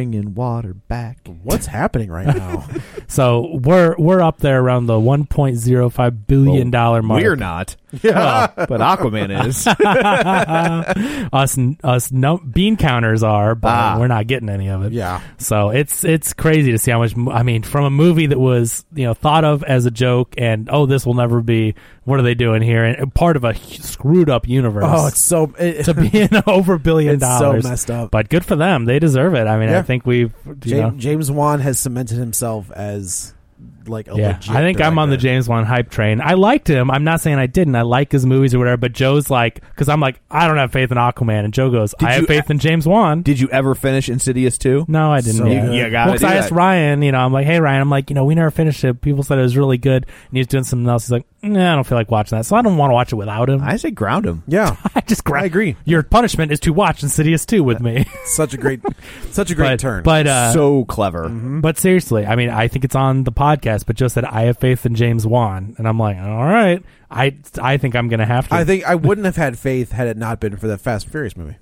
[SPEAKER 1] Bringing water back.
[SPEAKER 2] what's happening right now
[SPEAKER 3] so we're we're up there around the one point zero five billion dollar mark.
[SPEAKER 1] We're not. Yeah. but Aquaman is.
[SPEAKER 3] us us no, bean counters are, but
[SPEAKER 1] Ah.
[SPEAKER 3] we're not getting any of it.
[SPEAKER 2] Yeah.
[SPEAKER 3] So it's it's crazy to see how much. mo- I mean, from a movie that was you know thought of as a joke, and oh, this will never be. What are they doing here? And, and part of a h- screwed up universe.
[SPEAKER 2] oh it's so
[SPEAKER 3] to be in over billion
[SPEAKER 2] It's so
[SPEAKER 3] dollars,
[SPEAKER 2] messed up.
[SPEAKER 3] But good for them; they deserve it. I mean, I
[SPEAKER 2] Yeah.
[SPEAKER 3] think we've, you know,
[SPEAKER 2] James, James Wan has cemented himself as like a
[SPEAKER 3] yeah.
[SPEAKER 2] legit
[SPEAKER 3] I think I'm on the
[SPEAKER 2] director.
[SPEAKER 3] James Wan hype train. I liked him. I'm not saying I didn't. I like his movies or whatever. But Joe's like, because I'm like, I don't have faith in Aquaman, and Joe goes, I
[SPEAKER 1] you-
[SPEAKER 3] have faith in James Wan.
[SPEAKER 1] Did you ever finish Insidious 2?
[SPEAKER 3] No, I didn't.
[SPEAKER 2] So
[SPEAKER 3] yeah.
[SPEAKER 2] good. You
[SPEAKER 1] gotta
[SPEAKER 3] Well, 'cause
[SPEAKER 1] do
[SPEAKER 3] I
[SPEAKER 1] that.
[SPEAKER 3] asked Ryan, you know, I'm like, hey, Ryan, I'm like, you know, we never finished it. People said it was really good, and he was doing something else. He's like, nah, I don't feel like watching that, so I don't want to watch it without him. I,
[SPEAKER 1] I say ground him.
[SPEAKER 2] Yeah,
[SPEAKER 3] just gra-
[SPEAKER 2] I agree.
[SPEAKER 3] Your punishment is to watch Insidious 2 with me.
[SPEAKER 2] such a great, such a great
[SPEAKER 3] but,
[SPEAKER 2] turn.
[SPEAKER 3] But uh,
[SPEAKER 1] so clever.
[SPEAKER 2] Mm-hmm.
[SPEAKER 3] but seriously, I mean, I think it's on the podcast podcast, but Joe said I have faith in James Wan, and I'm like, all right, I I think I'm gonna have to.
[SPEAKER 2] I think I wouldn't have had faith had it not been for the Fast and Furious movie.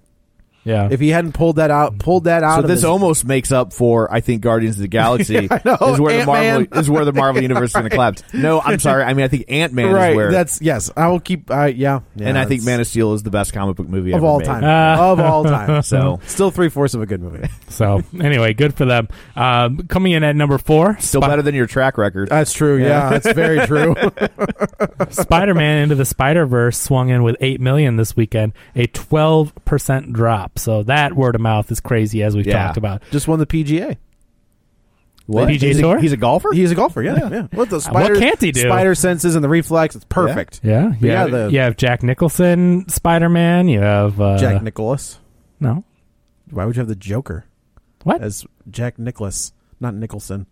[SPEAKER 3] yeah.
[SPEAKER 2] If he hadn't pulled that out, pulled that out.
[SPEAKER 1] So
[SPEAKER 2] of
[SPEAKER 1] this
[SPEAKER 2] his-
[SPEAKER 1] almost makes up for I think Guardians of the Galaxy
[SPEAKER 2] know,
[SPEAKER 1] is where the
[SPEAKER 2] Ant-Man.
[SPEAKER 1] Marvel is where the Marvel universe is going to collapse. No, I'm sorry. I mean I think Ant Man
[SPEAKER 2] right.
[SPEAKER 1] is where
[SPEAKER 2] That's yes. I will keep. Uh, yeah, yeah,
[SPEAKER 1] and I think
[SPEAKER 2] that's-
[SPEAKER 1] Man of Steel is the best comic book movie
[SPEAKER 2] of
[SPEAKER 1] ever
[SPEAKER 2] all
[SPEAKER 1] made.
[SPEAKER 2] time,
[SPEAKER 3] Ah.
[SPEAKER 2] of all time.
[SPEAKER 1] So-
[SPEAKER 2] still three fourths of a good movie.
[SPEAKER 3] so anyway, good for them. Um, coming in at number four,
[SPEAKER 1] Still better than your track record.
[SPEAKER 2] That's true. Yeah, that's very true.
[SPEAKER 3] Spider Man Into the Spider Verse swung in with 8 million this weekend, a 12% drop. So that word of mouth is crazy, as we've
[SPEAKER 1] Yeah.
[SPEAKER 3] talking talked about.
[SPEAKER 2] Just won the PGA.
[SPEAKER 1] what?
[SPEAKER 3] PGA
[SPEAKER 1] he's,
[SPEAKER 3] Tour?
[SPEAKER 1] A, he's a golfer.
[SPEAKER 2] He's a golfer. Yeah, yeah. What the spider?
[SPEAKER 3] can't he do?
[SPEAKER 2] Spider senses and the reflex. It's perfect.
[SPEAKER 3] Yeah. You,
[SPEAKER 2] Yeah,
[SPEAKER 3] have,
[SPEAKER 2] the-
[SPEAKER 3] you have Jack Nicholson, Spider Man. You have. Uh,
[SPEAKER 2] Jack Nicholas.
[SPEAKER 3] No.
[SPEAKER 2] Why would you have the Joker
[SPEAKER 3] What?
[SPEAKER 2] as Jack Nicholas, not Nicholson?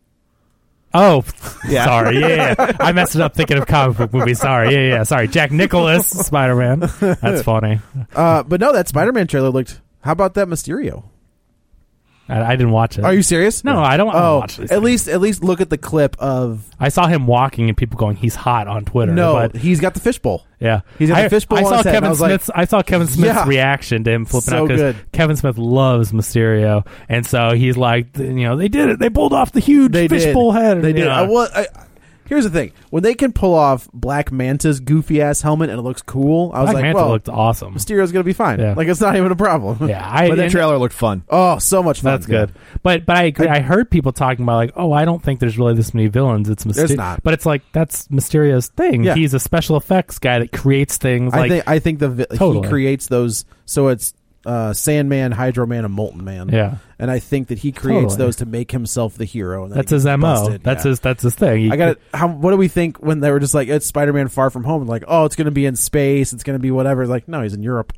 [SPEAKER 3] oh, sorry. Yeah, yeah. I messed it up thinking of comic book movies. Sorry. Yeah, yeah. Sorry. Jack Nicholas, Spider Man. That's funny.
[SPEAKER 2] Uh, but no, that Spider-Man trailer looked. How about that Mysterio?
[SPEAKER 3] I, I didn't watch it.
[SPEAKER 2] Are you serious?
[SPEAKER 3] No, I don't wanna
[SPEAKER 2] Oh,
[SPEAKER 3] watch this.
[SPEAKER 2] at least at least look at the clip of
[SPEAKER 3] I saw him walking and people going, he's hot on Twitter.
[SPEAKER 2] no.
[SPEAKER 3] But
[SPEAKER 2] he's got the fishbowl.
[SPEAKER 3] Yeah,
[SPEAKER 2] He's got
[SPEAKER 3] I,
[SPEAKER 2] the fishbowl
[SPEAKER 3] I
[SPEAKER 2] on
[SPEAKER 3] saw
[SPEAKER 2] his head, and
[SPEAKER 3] Kevin
[SPEAKER 2] I was like,
[SPEAKER 3] Smith's. I saw Kevin Smith's
[SPEAKER 2] Yeah.
[SPEAKER 3] reaction to him flipping
[SPEAKER 2] So
[SPEAKER 3] out because
[SPEAKER 2] good.
[SPEAKER 3] Kevin Smith loves Mysterio, and so he's like, th- you know, they did it. They pulled off the huge
[SPEAKER 2] They did.
[SPEAKER 3] fishbowl head.
[SPEAKER 2] They
[SPEAKER 3] and,
[SPEAKER 2] did.
[SPEAKER 3] yeah.
[SPEAKER 2] I, well, I, here's the thing: when they can pull off Black Manta's goofy ass helmet and it looks cool, I was
[SPEAKER 3] Black
[SPEAKER 2] like,
[SPEAKER 3] Manta
[SPEAKER 2] well,
[SPEAKER 3] looked awesome.
[SPEAKER 2] Mysterio's gonna be fine.
[SPEAKER 3] Yeah.
[SPEAKER 2] Like it's not even a problem.
[SPEAKER 3] Yeah, I.
[SPEAKER 1] but the
[SPEAKER 3] and-
[SPEAKER 1] trailer looked fun.
[SPEAKER 2] Oh, so much fun.
[SPEAKER 3] that's good, but but I agree. I, heard people talking about like, oh, I don't think there's really this many villains. It's Mysterio,
[SPEAKER 2] There's not.
[SPEAKER 3] but it's like that's Mysterio's thing.
[SPEAKER 2] Yeah.
[SPEAKER 3] He's a special effects guy that creates things.
[SPEAKER 2] I
[SPEAKER 3] Like,
[SPEAKER 2] think I think the vi-
[SPEAKER 3] Totally.
[SPEAKER 2] he creates those. So it's uh, Sandman, Hydro Man, and Molten Man.
[SPEAKER 3] Yeah.
[SPEAKER 2] and I think that he creates
[SPEAKER 3] Totally.
[SPEAKER 2] those to make himself the hero. And then
[SPEAKER 3] that's
[SPEAKER 2] he
[SPEAKER 3] his
[SPEAKER 2] gets
[SPEAKER 3] mo.
[SPEAKER 2] busted.
[SPEAKER 3] That's
[SPEAKER 2] Yeah.
[SPEAKER 3] his that's his thing. He-
[SPEAKER 2] I got it. How? What do we think when they were just like it's Spider-Man Far From Home? Like, oh, it's going to be in space. It's going to be whatever. Like, no, he's in Europe.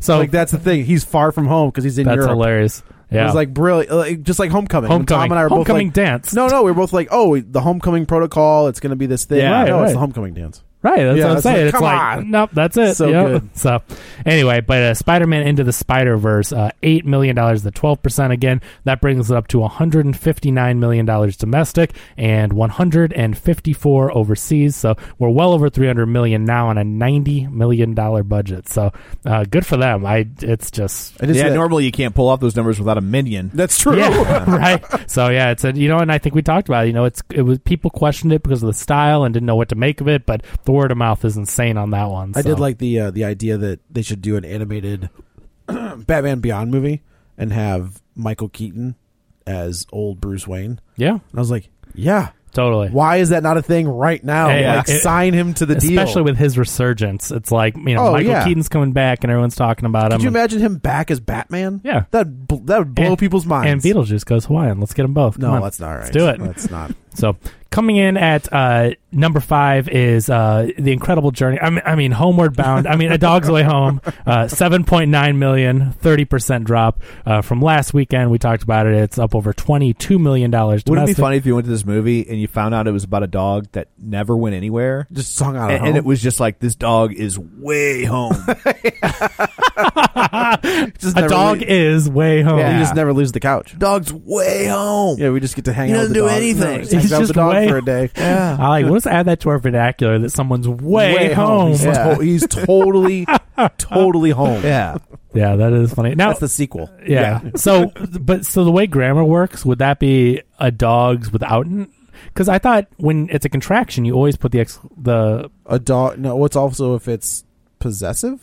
[SPEAKER 3] So
[SPEAKER 2] Like that's the thing. He's far from home because he's in
[SPEAKER 3] that's
[SPEAKER 2] Europe.
[SPEAKER 3] hilarious. Yeah,
[SPEAKER 2] It was like brilliant, uh, like, just like Homecoming. When
[SPEAKER 3] Homecoming.
[SPEAKER 2] Tom and I were
[SPEAKER 3] Homecoming
[SPEAKER 2] both like,
[SPEAKER 3] dance.
[SPEAKER 2] No, no, we were both like, oh, the Homecoming protocol. It's going to be this thing.
[SPEAKER 3] Yeah,
[SPEAKER 2] no,
[SPEAKER 3] right.
[SPEAKER 2] it's the Homecoming dance.
[SPEAKER 3] Right, that's
[SPEAKER 2] Yeah,
[SPEAKER 3] what I'm
[SPEAKER 2] it's like,
[SPEAKER 3] saying. it's
[SPEAKER 2] come
[SPEAKER 3] like,
[SPEAKER 2] on.
[SPEAKER 3] nope, that's it.
[SPEAKER 2] So
[SPEAKER 3] Yep.
[SPEAKER 2] good.
[SPEAKER 3] So, anyway, but uh, Spider-Man into the Spider-Verse, uh, eight million dollars, the twelve percent again. That brings it up to 159 million dollars domestic and 154 overseas. So we're well over 300 million now on a 90 million dollar budget. So uh, good for them. I, it's just
[SPEAKER 2] I just
[SPEAKER 1] yeah,
[SPEAKER 2] said-
[SPEAKER 1] normally you can't pull off those numbers without a minion.
[SPEAKER 2] that's true.
[SPEAKER 3] Yeah, right. So yeah, it's a, you know, and I think we talked about it, you know, it's it was people questioned it because of the style and didn't know what to make of it, but the word of mouth is insane on that one.
[SPEAKER 2] I
[SPEAKER 3] so.
[SPEAKER 2] did like the uh, the idea that they should do an animated Batman Beyond movie and have Michael Keaton as old Bruce Wayne.
[SPEAKER 3] yeah,
[SPEAKER 2] And I was like, yeah.
[SPEAKER 3] totally.
[SPEAKER 2] Why is that not a thing right now?
[SPEAKER 3] Yeah.
[SPEAKER 2] Like,
[SPEAKER 3] It-
[SPEAKER 2] sign him to the deal.
[SPEAKER 3] Especially with his resurgence, it's like you know
[SPEAKER 2] Oh,
[SPEAKER 3] Michael
[SPEAKER 2] yeah.
[SPEAKER 3] Keaton's coming back and everyone's talking about
[SPEAKER 2] Could
[SPEAKER 3] him.
[SPEAKER 2] you imagine him back as Batman?
[SPEAKER 3] Yeah.
[SPEAKER 2] that bl- that would blow
[SPEAKER 3] And-
[SPEAKER 2] people's minds.
[SPEAKER 3] And Beetlejuice goes Hawaiian. Let's get them both. Come
[SPEAKER 2] No,
[SPEAKER 3] on.
[SPEAKER 2] that's not right.
[SPEAKER 3] Let's do it.
[SPEAKER 2] That's not.
[SPEAKER 3] So coming in at uh, number five is uh, the incredible journey. I mean, I mean, Homeward Bound. I mean, A Dog's Way Home. Uh, Seven point nine million, thirty percent drop uh, from last weekend. We talked about it. It's up over twenty two million dollars.
[SPEAKER 1] Wouldn't it be funny if you went to this movie and you found out it was about a dog that never went anywhere?
[SPEAKER 2] Just sung out
[SPEAKER 1] And,
[SPEAKER 2] of
[SPEAKER 1] and
[SPEAKER 2] home.
[SPEAKER 1] it was just like this dog is way home.
[SPEAKER 2] just
[SPEAKER 3] A
[SPEAKER 2] never
[SPEAKER 3] dog
[SPEAKER 2] leave.
[SPEAKER 3] is way home.
[SPEAKER 2] You just never lose the couch.
[SPEAKER 1] Dog's way home.
[SPEAKER 2] Yeah, we just get to hang
[SPEAKER 1] He
[SPEAKER 2] out.
[SPEAKER 1] doesn't
[SPEAKER 2] with the
[SPEAKER 1] do
[SPEAKER 2] dog.
[SPEAKER 1] anything.
[SPEAKER 2] No, just
[SPEAKER 3] He's
[SPEAKER 2] hangs out with
[SPEAKER 3] just
[SPEAKER 2] the dog
[SPEAKER 3] way-
[SPEAKER 2] for a day.
[SPEAKER 1] Yeah.
[SPEAKER 3] I like. Let's add that to our vernacular that someone's way, home.
[SPEAKER 2] He's,
[SPEAKER 1] Yeah.
[SPEAKER 2] to- he's totally, totally home.
[SPEAKER 1] Yeah.
[SPEAKER 3] Yeah, that is funny. Now
[SPEAKER 2] That's the sequel.
[SPEAKER 3] Yeah. so, but so the way grammar works, would that be a dog's without? Because I thought when it's a contraction, you always put the ex the
[SPEAKER 2] A dog. No, it's also if it's possessive.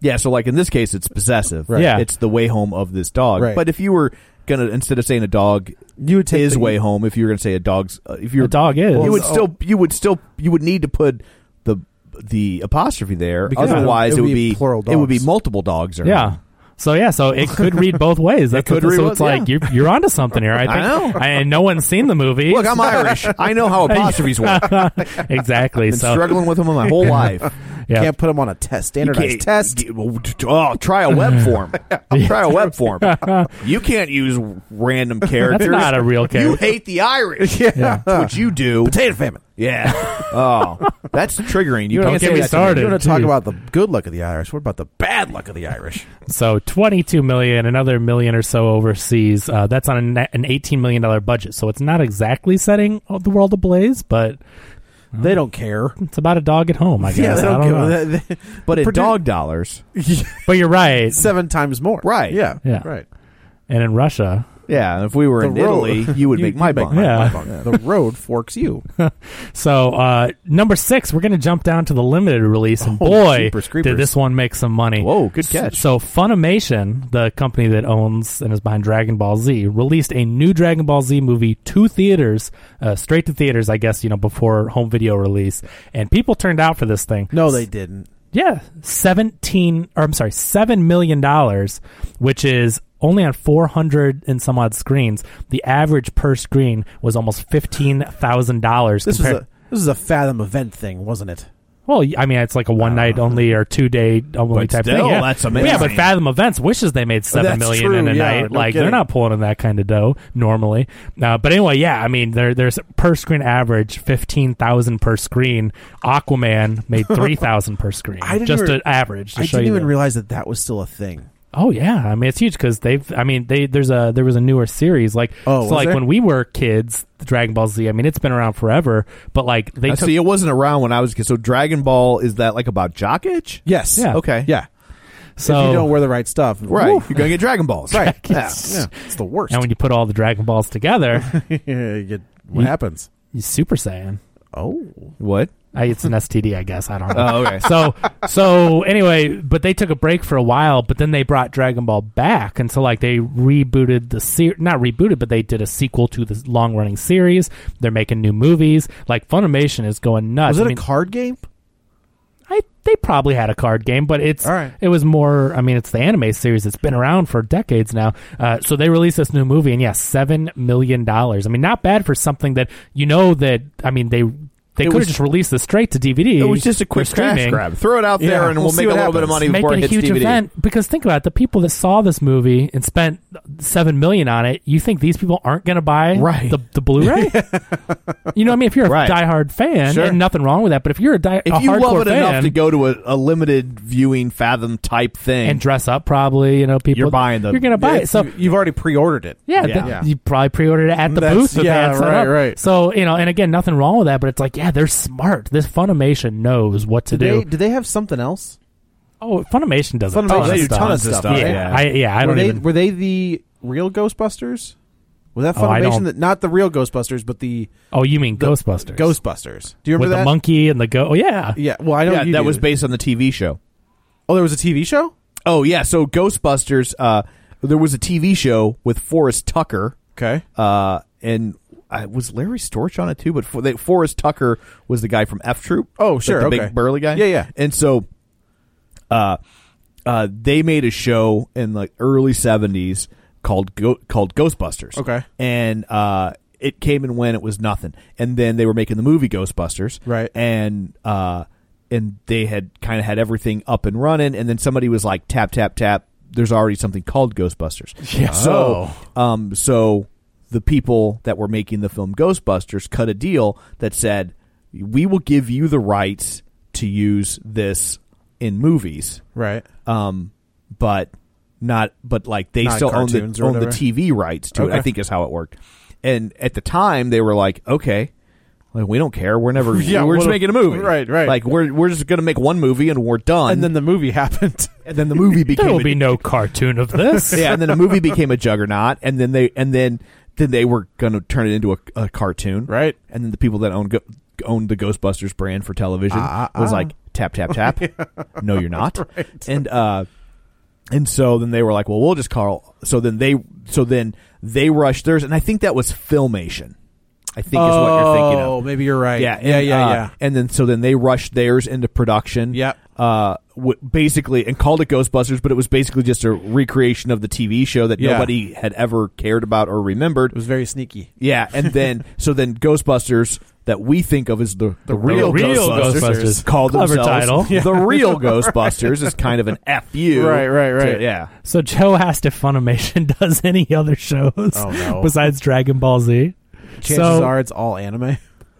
[SPEAKER 1] Yeah, so like in this case, it's possessive.
[SPEAKER 3] Right. Yeah.
[SPEAKER 1] It's the way home of this dog.
[SPEAKER 2] Right.
[SPEAKER 1] But if you were gonna instead of saying a dog
[SPEAKER 2] You would take
[SPEAKER 1] is
[SPEAKER 2] the- e-
[SPEAKER 1] way home, if you were gonna say a dog's, uh, if you're
[SPEAKER 3] a dog is.
[SPEAKER 1] you would
[SPEAKER 2] Oh.
[SPEAKER 1] still you would still you would need to put the the apostrophe there.
[SPEAKER 2] Because
[SPEAKER 1] Otherwise,
[SPEAKER 2] it would
[SPEAKER 1] it would
[SPEAKER 2] be
[SPEAKER 1] be,
[SPEAKER 2] plural
[SPEAKER 1] it would be
[SPEAKER 2] dogs.
[SPEAKER 1] multiple dogs. Or
[SPEAKER 3] yeah. So yeah, so it could read both ways. That's
[SPEAKER 1] could
[SPEAKER 3] the-
[SPEAKER 1] read
[SPEAKER 3] so
[SPEAKER 1] both-
[SPEAKER 3] it's like you're you're onto something here. I think.
[SPEAKER 1] know.
[SPEAKER 3] and no one's seen the movie.
[SPEAKER 1] Look, I'm Irish. I know how apostrophes work.
[SPEAKER 3] exactly.
[SPEAKER 1] Been
[SPEAKER 3] so
[SPEAKER 1] struggling with them my whole life.
[SPEAKER 3] Yeah.
[SPEAKER 2] Can't put them on a test standardized
[SPEAKER 1] can't-
[SPEAKER 2] test.
[SPEAKER 1] y- well, t- Oh, try a web form. try a web form. You can't use random characters.
[SPEAKER 3] not a real
[SPEAKER 1] You
[SPEAKER 3] character.
[SPEAKER 1] hate the Irish. Yeah, that's what you do.
[SPEAKER 2] Potato famine.
[SPEAKER 1] Yeah. Oh, that's triggering. You
[SPEAKER 3] Don't
[SPEAKER 1] can't
[SPEAKER 3] get
[SPEAKER 1] say
[SPEAKER 3] me
[SPEAKER 1] that to
[SPEAKER 3] started.
[SPEAKER 2] You want to talk
[SPEAKER 3] Dude.
[SPEAKER 2] about the good luck of the Irish? What about the bad luck of the Irish?
[SPEAKER 3] So 22 million, another million or so overseas. Uh, that's on a, na- an 18 million dollar budget. So it's not exactly setting the world ablaze, but
[SPEAKER 2] they don't care.
[SPEAKER 3] it's about a dog at home, I guess. I don't know.
[SPEAKER 2] give- they-
[SPEAKER 1] But in
[SPEAKER 2] Produ-
[SPEAKER 1] dog dollars,
[SPEAKER 3] But you're right.
[SPEAKER 2] seven times more.
[SPEAKER 1] Right.
[SPEAKER 2] Yeah.
[SPEAKER 3] Yeah.
[SPEAKER 2] Right.
[SPEAKER 3] And in Russia,
[SPEAKER 1] yeah. If we were in
[SPEAKER 2] road-
[SPEAKER 1] Italy, you would make my bunk.
[SPEAKER 3] Yeah.
[SPEAKER 2] my bunk. The road forks you.
[SPEAKER 3] So uh, number six, we're going to jump down to the limited release, and
[SPEAKER 2] Oh,
[SPEAKER 3] boy,
[SPEAKER 2] jeepers creepers.
[SPEAKER 3] did this one make some money!
[SPEAKER 1] Whoa, good catch.
[SPEAKER 3] So, Funimation, the company that owns and is behind Dragon Ball Z, released a new Dragon Ball Z movie to theaters, uh, straight to theaters, I guess you know before home video release, and people turned out for this thing.
[SPEAKER 2] No, they didn't.
[SPEAKER 3] Yeah, seventeen or I'm sorry, seven million dollars, which is only on four hundred and some odd screens. The average per screen was almost fifteen thousand dollars.
[SPEAKER 2] This was a this is a fathom event thing, wasn't it?
[SPEAKER 3] Well, y- I mean, it's like a one night
[SPEAKER 2] Uh-huh.
[SPEAKER 3] only or two day only
[SPEAKER 1] But
[SPEAKER 3] type
[SPEAKER 1] still,
[SPEAKER 3] thing. Yeah.
[SPEAKER 1] that's
[SPEAKER 3] But Yeah, but
[SPEAKER 1] amazing.
[SPEAKER 3] Fathom Events wishes they made seven
[SPEAKER 2] That's
[SPEAKER 3] million
[SPEAKER 2] true,
[SPEAKER 3] in a
[SPEAKER 2] yeah,
[SPEAKER 3] night.
[SPEAKER 2] no
[SPEAKER 3] like
[SPEAKER 2] kidding.
[SPEAKER 3] they're not pulling in that kind of dough normally. Uh, but anyway, yeah, I mean, there, there's per screen average fifteen thousand per screen. Aquaman made three thousand per screen.
[SPEAKER 2] I didn't
[SPEAKER 3] just
[SPEAKER 2] even-
[SPEAKER 3] an average. To
[SPEAKER 2] I
[SPEAKER 3] show
[SPEAKER 2] didn't
[SPEAKER 3] you
[SPEAKER 2] even
[SPEAKER 3] that.
[SPEAKER 2] realize that that was still a thing.
[SPEAKER 3] Oh yeah, I mean it's huge because they've. I mean they there's a there was a newer series like
[SPEAKER 2] Oh, was
[SPEAKER 3] so like
[SPEAKER 2] there?
[SPEAKER 3] when we were kids, Dragon Ball Z. I mean it's been around forever, but like they
[SPEAKER 1] I
[SPEAKER 3] took
[SPEAKER 1] see. It wasn't around when I was a kid. So Dragon Ball is that like about jock itch?
[SPEAKER 2] Yes.
[SPEAKER 3] Yeah.
[SPEAKER 1] Okay.
[SPEAKER 2] Yeah.
[SPEAKER 3] so
[SPEAKER 2] if you don't wear the right stuff,
[SPEAKER 1] Right.
[SPEAKER 2] woof,
[SPEAKER 1] You're gonna get Dragon Balls.
[SPEAKER 2] Right.
[SPEAKER 1] Yeah.
[SPEAKER 2] yeah, it's the worst.
[SPEAKER 3] and when you put all the Dragon Balls together,
[SPEAKER 2] you get, what
[SPEAKER 3] You-
[SPEAKER 2] happens?
[SPEAKER 3] you Super Saiyan.
[SPEAKER 2] Oh,
[SPEAKER 1] What?
[SPEAKER 3] I, it's an STD, I guess. I don't know.
[SPEAKER 1] Oh, okay.
[SPEAKER 3] so so anyway, but they took a break for a while, but then they brought Dragon Ball back, and so like they rebooted the series, not rebooted, but they did a sequel to this long running series. They're making new movies. Like Funimation is going nuts.
[SPEAKER 2] was it
[SPEAKER 3] I mean,
[SPEAKER 2] a card game?
[SPEAKER 3] I, they probably had a card game, but it's
[SPEAKER 2] All right.
[SPEAKER 3] it was more. I mean, it's the anime series that's been around for decades now. Uh, so they released this new movie, and yeah, seven million dollars. I mean, not bad for something that you know that. I mean, they they
[SPEAKER 1] It
[SPEAKER 3] could
[SPEAKER 1] was-
[SPEAKER 3] have just released this straight to DVD.
[SPEAKER 1] It was just a
[SPEAKER 3] for
[SPEAKER 1] quick cash
[SPEAKER 3] streaming.
[SPEAKER 1] grab. Throw it out there,
[SPEAKER 2] Yeah,
[SPEAKER 1] and
[SPEAKER 2] we'll
[SPEAKER 1] we'll, make
[SPEAKER 2] see
[SPEAKER 1] a
[SPEAKER 2] what
[SPEAKER 1] little bit of
[SPEAKER 2] happens.
[SPEAKER 1] money
[SPEAKER 3] Make
[SPEAKER 1] before
[SPEAKER 3] it a
[SPEAKER 1] hits
[SPEAKER 3] huge
[SPEAKER 1] DVD.
[SPEAKER 3] event because think about it, the people that saw this movie and spent seven million on it. You think these people aren't going to buy
[SPEAKER 1] Right.
[SPEAKER 3] the, the Blu-ray? you know, what I mean, if you're a
[SPEAKER 1] Right.
[SPEAKER 3] diehard fan,
[SPEAKER 1] Sure.
[SPEAKER 3] and nothing wrong with that, but if you're a, di- a
[SPEAKER 1] If you
[SPEAKER 3] hardcore
[SPEAKER 1] love it
[SPEAKER 3] fan,
[SPEAKER 1] enough to go to a, a limited viewing fathom type thing,
[SPEAKER 3] and dress up probably you know people
[SPEAKER 1] You're buying the-
[SPEAKER 3] you're gonna buy it so
[SPEAKER 2] you, have already pre-ordered it.
[SPEAKER 3] yeah,
[SPEAKER 1] Yeah.
[SPEAKER 3] th-
[SPEAKER 1] Yeah.
[SPEAKER 3] you probably pre-ordered it at the
[SPEAKER 2] That's-
[SPEAKER 3] booth that they
[SPEAKER 2] yeah,
[SPEAKER 3] had set
[SPEAKER 2] right,
[SPEAKER 3] up.
[SPEAKER 2] right.
[SPEAKER 3] so you know and again nothing wrong with that but it's like yeah they're smart this funimation knows what to
[SPEAKER 2] Do they,
[SPEAKER 3] do
[SPEAKER 2] do they have something else?
[SPEAKER 3] oh funimation does
[SPEAKER 2] Funimation
[SPEAKER 3] a ton of
[SPEAKER 1] they do
[SPEAKER 3] stuff.
[SPEAKER 1] tons of stuff,
[SPEAKER 3] yeah,
[SPEAKER 1] yeah.
[SPEAKER 3] I, yeah i
[SPEAKER 2] were
[SPEAKER 3] don't
[SPEAKER 2] they
[SPEAKER 3] even
[SPEAKER 2] were they the real Ghostbusters? Was that
[SPEAKER 3] Oh, I
[SPEAKER 2] Funimation?
[SPEAKER 3] don't-
[SPEAKER 2] that, not the real Ghostbusters, but the
[SPEAKER 3] oh you mean
[SPEAKER 2] the
[SPEAKER 3] ghostbusters
[SPEAKER 2] Ghostbusters. Do you
[SPEAKER 3] with
[SPEAKER 2] remember
[SPEAKER 3] the
[SPEAKER 2] that?
[SPEAKER 3] monkey and the go oh yeah
[SPEAKER 2] Yeah. Well, I know
[SPEAKER 1] yeah,
[SPEAKER 2] you
[SPEAKER 1] that
[SPEAKER 2] do.
[SPEAKER 1] was based on the TV show.
[SPEAKER 2] Oh, there was a TV show.
[SPEAKER 1] Oh yeah, so Ghostbusters. Uh, there was a TV show with Forrest Tucker,
[SPEAKER 2] Okay.
[SPEAKER 1] uh, and I, was Larry Storch on it too. But for, they, Forrest Tucker was the guy from F Troop.
[SPEAKER 2] Oh,
[SPEAKER 1] Like
[SPEAKER 2] sure,
[SPEAKER 1] the
[SPEAKER 2] okay.
[SPEAKER 1] big burly guy.
[SPEAKER 2] Yeah, yeah.
[SPEAKER 1] And so, uh, uh, they made a show in the early seventies called Go- called Ghostbusters.
[SPEAKER 2] Okay.
[SPEAKER 1] and uh, it came and went. It was nothing, and then they were making the movie Ghostbusters.
[SPEAKER 2] Right.
[SPEAKER 1] and uh, and they had kind of had everything up and running, and then somebody was like, tap tap tap. There's already something called Ghostbusters. Yeah. So,
[SPEAKER 2] Oh.
[SPEAKER 1] um, so the people that were making the film Ghostbusters cut a deal that said, "We will give you the rights to use this in movies."
[SPEAKER 2] Right.
[SPEAKER 1] um, but not but like they
[SPEAKER 2] Not
[SPEAKER 1] still own the,
[SPEAKER 2] cartoons or
[SPEAKER 1] own the
[SPEAKER 2] whatever.
[SPEAKER 1] TV rights to it.
[SPEAKER 2] Okay.
[SPEAKER 1] I think is how it worked. And at the time, they were like, okay. Like, we don't care. We're never.
[SPEAKER 2] Yeah,
[SPEAKER 1] we're just
[SPEAKER 2] what-
[SPEAKER 1] making a movie,
[SPEAKER 2] right, right.
[SPEAKER 1] Like we're we're just gonna make one movie and we're done.
[SPEAKER 2] And then the movie happened.
[SPEAKER 1] and then the movie
[SPEAKER 3] there
[SPEAKER 1] became
[SPEAKER 3] will
[SPEAKER 1] a-
[SPEAKER 3] be no cartoon of this
[SPEAKER 1] yeah. And then the movie became a juggernaut. And then they and then then they were gonna turn it into a, a cartoon,
[SPEAKER 2] Right.
[SPEAKER 1] And then the people that own go, owned the Ghostbusters brand for television
[SPEAKER 2] Ah,
[SPEAKER 1] was like tap tap tap. no, you're not. And uh, and so then they were like, well, we'll just call. So then they so then they rushed theirs, and I think that was filmation. I think is what you're thinking
[SPEAKER 2] Oh,
[SPEAKER 1] of.
[SPEAKER 2] maybe you're right.
[SPEAKER 1] Yeah,
[SPEAKER 2] Yeah.
[SPEAKER 1] and,
[SPEAKER 2] Yeah.
[SPEAKER 1] uh,
[SPEAKER 2] yeah.
[SPEAKER 1] And then so then they rushed theirs into production.
[SPEAKER 2] Yep.
[SPEAKER 1] Uh, w- basically, and called it Ghostbusters, but it was basically just a recreation of the TV show that
[SPEAKER 2] Yeah.
[SPEAKER 1] nobody had ever cared about or remembered.
[SPEAKER 2] It was very sneaky.
[SPEAKER 1] Yeah, and then so then Ghostbusters that we think of as the, the,
[SPEAKER 3] real
[SPEAKER 1] real, Ghostbusters,
[SPEAKER 3] Ghostbusters.
[SPEAKER 1] call
[SPEAKER 3] Clever
[SPEAKER 1] themselves
[SPEAKER 3] title. Yeah.
[SPEAKER 1] the real Ghostbusters is kind of an fu.
[SPEAKER 2] Right, right,
[SPEAKER 1] to-
[SPEAKER 2] right.
[SPEAKER 1] yeah.
[SPEAKER 3] So Joe asked if Funimation does any other shows
[SPEAKER 2] Oh, no.
[SPEAKER 3] besides Dragon Ball Z.
[SPEAKER 2] Chances
[SPEAKER 3] so,
[SPEAKER 2] are it's all anime.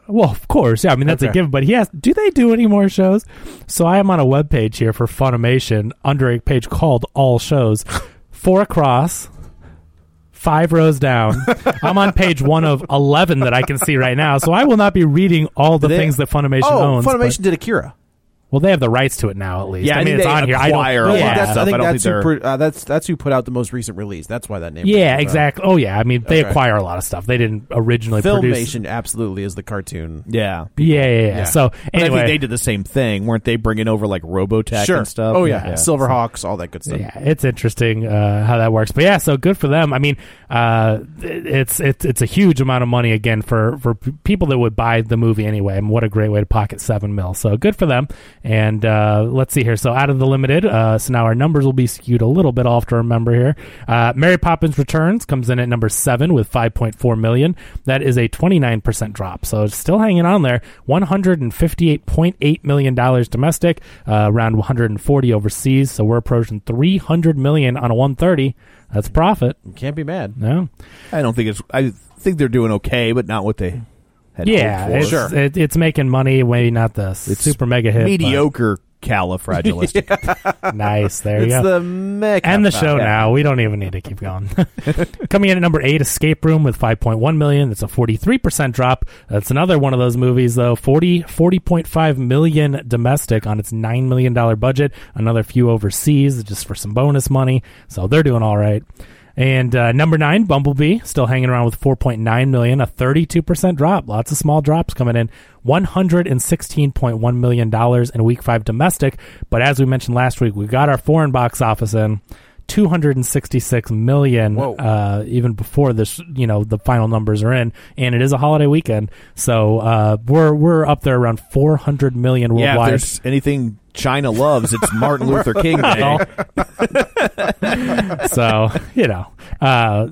[SPEAKER 3] well, of course, yeah. I mean, that's a
[SPEAKER 2] Okay.
[SPEAKER 3] given. But he asked, do they do any more shows? So I am on a web page here for Funimation under a page called All Shows, four across, five rows down. I'm on page one of eleven that I can see right now. So I will not be reading all the
[SPEAKER 2] They-
[SPEAKER 3] things that Funimation
[SPEAKER 2] oh,
[SPEAKER 3] owns. but-
[SPEAKER 2] Funimation did Akira.
[SPEAKER 3] well, they have the rights to it now, at least.
[SPEAKER 1] Yeah,
[SPEAKER 3] I
[SPEAKER 1] I
[SPEAKER 3] mean,
[SPEAKER 1] think
[SPEAKER 3] it's
[SPEAKER 1] they
[SPEAKER 3] on here. I
[SPEAKER 1] acquire a lot
[SPEAKER 3] don't.
[SPEAKER 2] I
[SPEAKER 1] of
[SPEAKER 3] Yeah.
[SPEAKER 2] think that's, I
[SPEAKER 1] stuff.
[SPEAKER 2] think
[SPEAKER 1] I don't
[SPEAKER 2] that's
[SPEAKER 1] think
[SPEAKER 2] who
[SPEAKER 1] they're-
[SPEAKER 2] pro- uh, that's that's who put out the most recent release. That's why that name.
[SPEAKER 3] Yeah,
[SPEAKER 2] comes up.
[SPEAKER 3] exactly. Oh, yeah. I mean, they
[SPEAKER 2] Okay.
[SPEAKER 3] acquire a lot of stuff. They didn't originally produce.
[SPEAKER 2] Filmation absolutely is the cartoon.
[SPEAKER 1] Yeah.
[SPEAKER 3] Yeah, yeah, yeah.
[SPEAKER 2] Yeah.
[SPEAKER 3] So
[SPEAKER 1] And I
[SPEAKER 3] anyway,
[SPEAKER 1] think they did the same thing, weren't they? Bringing over like Robotech and stuff.
[SPEAKER 2] Oh yeah, Silverhawks, all that good stuff.
[SPEAKER 3] yeah, it's interesting uh, how that works. But yeah, so good for them. I mean, uh, it- it's it's it's a huge amount of money again for for p- people that would buy the movie anyway. And what a great way to pocket seven mil. So good for them. And uh, let's see here. So out of the limited, uh, so now our numbers will be skewed a little bit off to remember here. Uh, Mary Poppins Returns comes in at number seven with five point four million. That is a twenty nine percent drop. So it's still hanging on there. One hundred and fifty eight point eight million dollars domestic, uh, around one hundred and forty overseas. So we're approaching three hundred million on a one thirty. That's profit.
[SPEAKER 2] You can't be mad.
[SPEAKER 3] No.
[SPEAKER 1] I don't think it's. I think they're doing okay, but not what they had
[SPEAKER 3] Yeah,
[SPEAKER 1] hoped
[SPEAKER 3] it's,
[SPEAKER 1] for.
[SPEAKER 3] it, it's making money. Maybe not the super mega hit. but
[SPEAKER 1] mediocre califragilistic.
[SPEAKER 3] Nice. There you
[SPEAKER 2] It's
[SPEAKER 3] go.
[SPEAKER 2] the mech.
[SPEAKER 3] End the show
[SPEAKER 1] Yeah.
[SPEAKER 3] now. We don't even need to keep going. Coming in at number eight, Escape Room with 5.1 million. That's a 43% drop. That's another one of those movies, though. 40, 40.5 million domestic on its $9 million budget. Another few overseas just for some bonus money. So they're doing all right. And uh, number nine, Bumblebee, still hanging around with 4.9 million, a 32% drop. Lots of small drops coming in. $116.1 million in week five domestic. But as we mentioned last week, we got our foreign box office in. 266 million
[SPEAKER 2] Whoa.
[SPEAKER 3] uh, even before this you know the final numbers are in and it is a holiday weekend so uh, we're we're up there around 400 million
[SPEAKER 1] yeah, if
[SPEAKER 3] worldwide
[SPEAKER 1] there's anything China loves, it's Martin Luther King Day.
[SPEAKER 3] so you know uh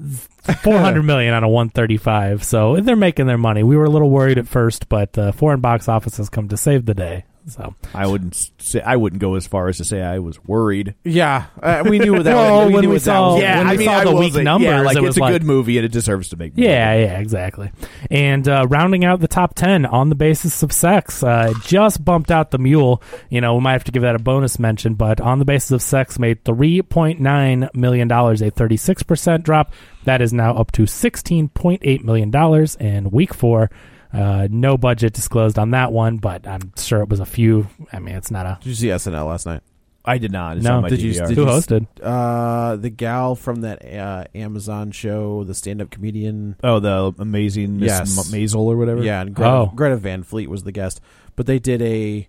[SPEAKER 3] 400 million on a 135 so they're making their money we were a little worried at first but uh, foreign box office has come to save the day so
[SPEAKER 1] I wouldn't s- say I wouldn't go as far as to say I was worried.
[SPEAKER 2] Yeah, uh, we knew that.
[SPEAKER 3] Well,
[SPEAKER 2] we
[SPEAKER 3] when
[SPEAKER 2] knew
[SPEAKER 3] we
[SPEAKER 2] what that
[SPEAKER 3] saw-
[SPEAKER 2] was.
[SPEAKER 3] Yeah, Oh, when we saw the weak
[SPEAKER 1] wasn't-
[SPEAKER 3] numbers,
[SPEAKER 1] yeah, like
[SPEAKER 3] it
[SPEAKER 1] it's
[SPEAKER 3] was
[SPEAKER 1] a
[SPEAKER 3] like-
[SPEAKER 1] good movie and it deserves to make. money.
[SPEAKER 3] Yeah, yeah, exactly. And uh, rounding out the top 10 on the basis of sex, uh, it just bumped out the mule. You know, we might have to give that a bonus mention, but on the basis of sex made $3.9 million, a 36% drop. That is now up to $16.8 million in week four. Uh, no budget disclosed on that one, but I'm sure it was a few. I mean, it's not a.
[SPEAKER 2] Did you see SNL last night?
[SPEAKER 1] I did not. It's
[SPEAKER 3] No.
[SPEAKER 1] on my
[SPEAKER 3] Did
[SPEAKER 2] you-
[SPEAKER 1] DVR.
[SPEAKER 2] did
[SPEAKER 3] Who
[SPEAKER 2] you s-
[SPEAKER 3] hosted?
[SPEAKER 2] Uh, the gal from that uh, Amazon show, the stand-up comedian.
[SPEAKER 1] oh, the amazing Miss
[SPEAKER 2] Yes.
[SPEAKER 1] M- Maisel or whatever.
[SPEAKER 2] Yeah, and Greta,
[SPEAKER 3] Oh.
[SPEAKER 2] Greta Van Fleet was the guest, but they did a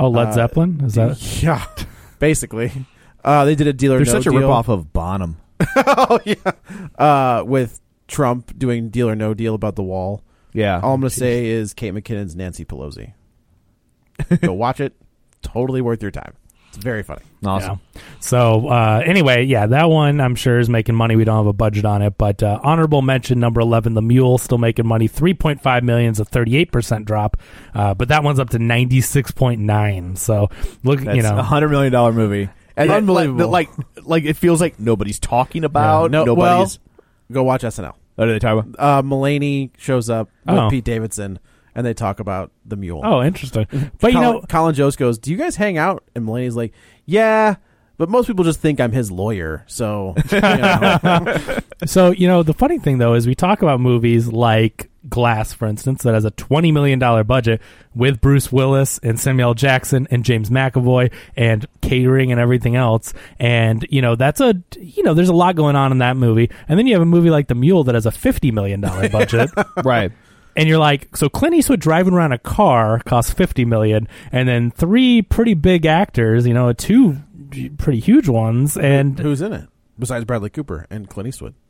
[SPEAKER 3] Oh, Led
[SPEAKER 2] uh,
[SPEAKER 3] Zeppelin? Is that.
[SPEAKER 2] yeah, basically. Uh, they did a dealer.
[SPEAKER 1] they're
[SPEAKER 2] no
[SPEAKER 1] such a
[SPEAKER 2] deal.
[SPEAKER 1] ripoff of Bonham.
[SPEAKER 2] oh yeah, uh, with Trump doing deal or no deal about the wall.
[SPEAKER 1] Yeah,
[SPEAKER 3] Um,
[SPEAKER 2] All I'm gonna say is Kate McKinnon's Nancy Pelosi. Go watch it. Totally worth your time. It's very funny.
[SPEAKER 1] awesome.
[SPEAKER 3] Yeah. So uh, anyway, yeah, that one I'm sure is making money. We don't have a budget on it, but uh, honorable mention number eleven, the mule, still making money. Three point five million is a thirty eight percent drop, uh, but that one's up to ninety six point nine. So look,
[SPEAKER 1] That's
[SPEAKER 3] you know,
[SPEAKER 1] a hundred million dollar movie. And
[SPEAKER 2] Unbelievable.
[SPEAKER 1] Like, like, like it feels like nobody's talking about.
[SPEAKER 2] No,
[SPEAKER 1] nobody's.
[SPEAKER 2] well, go watch SNL.
[SPEAKER 1] what are they talking about?
[SPEAKER 2] Uh, Mulaney shows up with
[SPEAKER 3] Oh.
[SPEAKER 2] Pete Davidson, and they talk about the mule.
[SPEAKER 3] oh, interesting. But you
[SPEAKER 2] Colin,
[SPEAKER 3] know,
[SPEAKER 2] Colin Jost goes, "Do you guys hang out?" And Mulaney's like, "Yeah." But most people just think I'm his lawyer, so you know.
[SPEAKER 3] so you know, the funny thing though is we talk about movies like. Glass, for instance, that has a twenty million dollar budget with Bruce Willis and Samuel L. Jackson and James McAvoy and catering and everything else, and you know that's a you know there's a lot going on in that movie, and then you have a movie like The Mule that has a fifty million dollar budget,
[SPEAKER 1] Right.
[SPEAKER 3] and you're like, so Clint Eastwood driving around a car costs fifty million, and then three pretty big actors, you know, two pretty huge ones, and
[SPEAKER 2] who's in it besides Bradley Cooper and Clint Eastwood?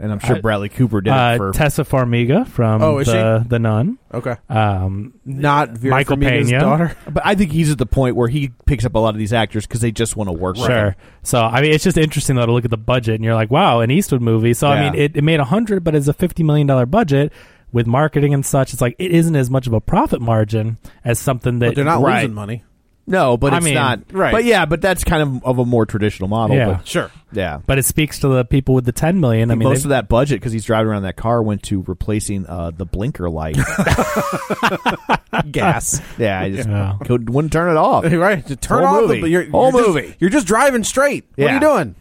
[SPEAKER 1] And I'm sure
[SPEAKER 3] I-
[SPEAKER 1] Bradley Cooper did it
[SPEAKER 3] uh,
[SPEAKER 1] for.
[SPEAKER 3] Tessa Farmiga from
[SPEAKER 2] Oh, is
[SPEAKER 3] the the Nun.
[SPEAKER 2] Okay,
[SPEAKER 3] Um,
[SPEAKER 2] not Vera
[SPEAKER 3] Michael
[SPEAKER 2] Farmiga's
[SPEAKER 3] Pena.
[SPEAKER 2] daughter.
[SPEAKER 1] but I think he's at the point where he picks up a lot of these actors because they just want to work. with him.
[SPEAKER 3] Sure. So I mean, it's just interesting though to look at the budget and you're like, wow, an Eastwood movie. So I
[SPEAKER 1] Yeah.
[SPEAKER 3] mean, it, it made a hundred, but it's a fifty million dollar budget. with marketing and such, it's like it isn't as much of a profit margin as something that
[SPEAKER 2] But they're not
[SPEAKER 1] Right.
[SPEAKER 2] losing money.
[SPEAKER 1] No, but
[SPEAKER 3] I
[SPEAKER 1] it's
[SPEAKER 3] mean,
[SPEAKER 1] not
[SPEAKER 2] right.
[SPEAKER 1] But yeah, but that's kind of of a more traditional model.
[SPEAKER 3] Yeah.
[SPEAKER 1] But,
[SPEAKER 2] Sure.
[SPEAKER 1] yeah.
[SPEAKER 3] But it speaks to the people with the ten million. I mean,
[SPEAKER 1] most
[SPEAKER 3] they-
[SPEAKER 1] of that budget because he's driving around that car went to replacing uh, the blinker light.
[SPEAKER 2] Gas.
[SPEAKER 1] yeah, I just
[SPEAKER 3] Yeah.
[SPEAKER 1] could, wouldn't turn it off.
[SPEAKER 2] right. To turn
[SPEAKER 1] Whole
[SPEAKER 2] off
[SPEAKER 1] movie.
[SPEAKER 2] the you're,
[SPEAKER 1] Whole
[SPEAKER 2] you're just-
[SPEAKER 1] movie.
[SPEAKER 2] you're just driving straight.
[SPEAKER 1] Yeah.
[SPEAKER 2] What are you doing?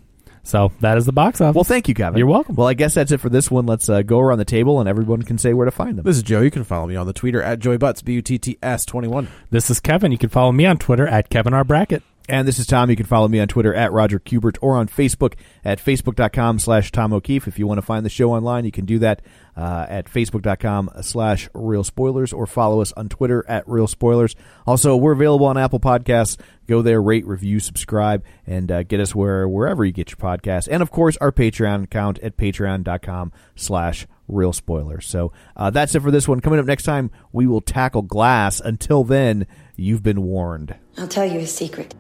[SPEAKER 3] so that is the box office.
[SPEAKER 1] Well, thank you, Kevin.
[SPEAKER 3] You're welcome.
[SPEAKER 1] Well, I guess that's it for this one. Let's uh, go around the table and everyone can say where to find them.
[SPEAKER 2] This is Joe. You can follow me on the Twitter at Joey Butts, B U T T S 21.
[SPEAKER 3] this is Kevin. You can follow me on Twitter at Kevin R Brackett.
[SPEAKER 1] And this is Tom. You can follow me on Twitter at Roger Kubert or on Facebook at facebook.com slash Tom O'Keefe. If you want to find the show online, you can do that uh, at facebook.com slash Real Spoilers or follow us on Twitter at Real Spoilers. Also, we're available on Apple Podcasts. Go there, rate, review, subscribe, and uh, get us where wherever you get your podcast. And of course, our Patreon account at patreon.com slash Real Spoilers. So uh, that's it for this one. Coming up next time, we will tackle glass. Until then, you've been warned.
[SPEAKER 4] I'll tell you a secret.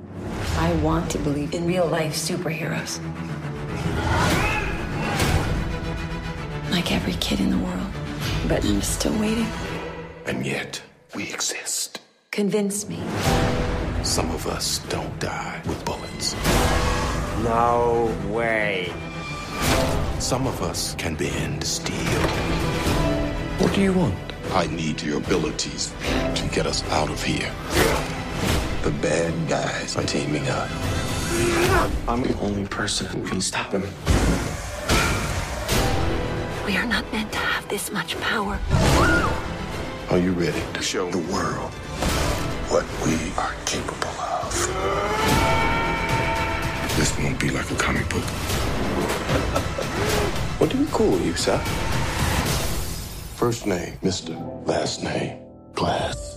[SPEAKER 4] I want to believe in real life superheroes. Like every kid in the world. But I'm still waiting.
[SPEAKER 5] And yet, we exist.
[SPEAKER 4] Convince me.
[SPEAKER 5] Some of us don't die with bullets.
[SPEAKER 6] No way.
[SPEAKER 5] Some of us can bend steel. What do you want? I need your abilities to get us out of here. The bad guys are teaming up.
[SPEAKER 7] I'm the only person who can stop him.
[SPEAKER 4] We are not meant to have this much power.
[SPEAKER 5] Are you ready to show the world what we are capable of? This won't be like a comic book. what do we call you, sir? First name, Mr. Last name, Glass.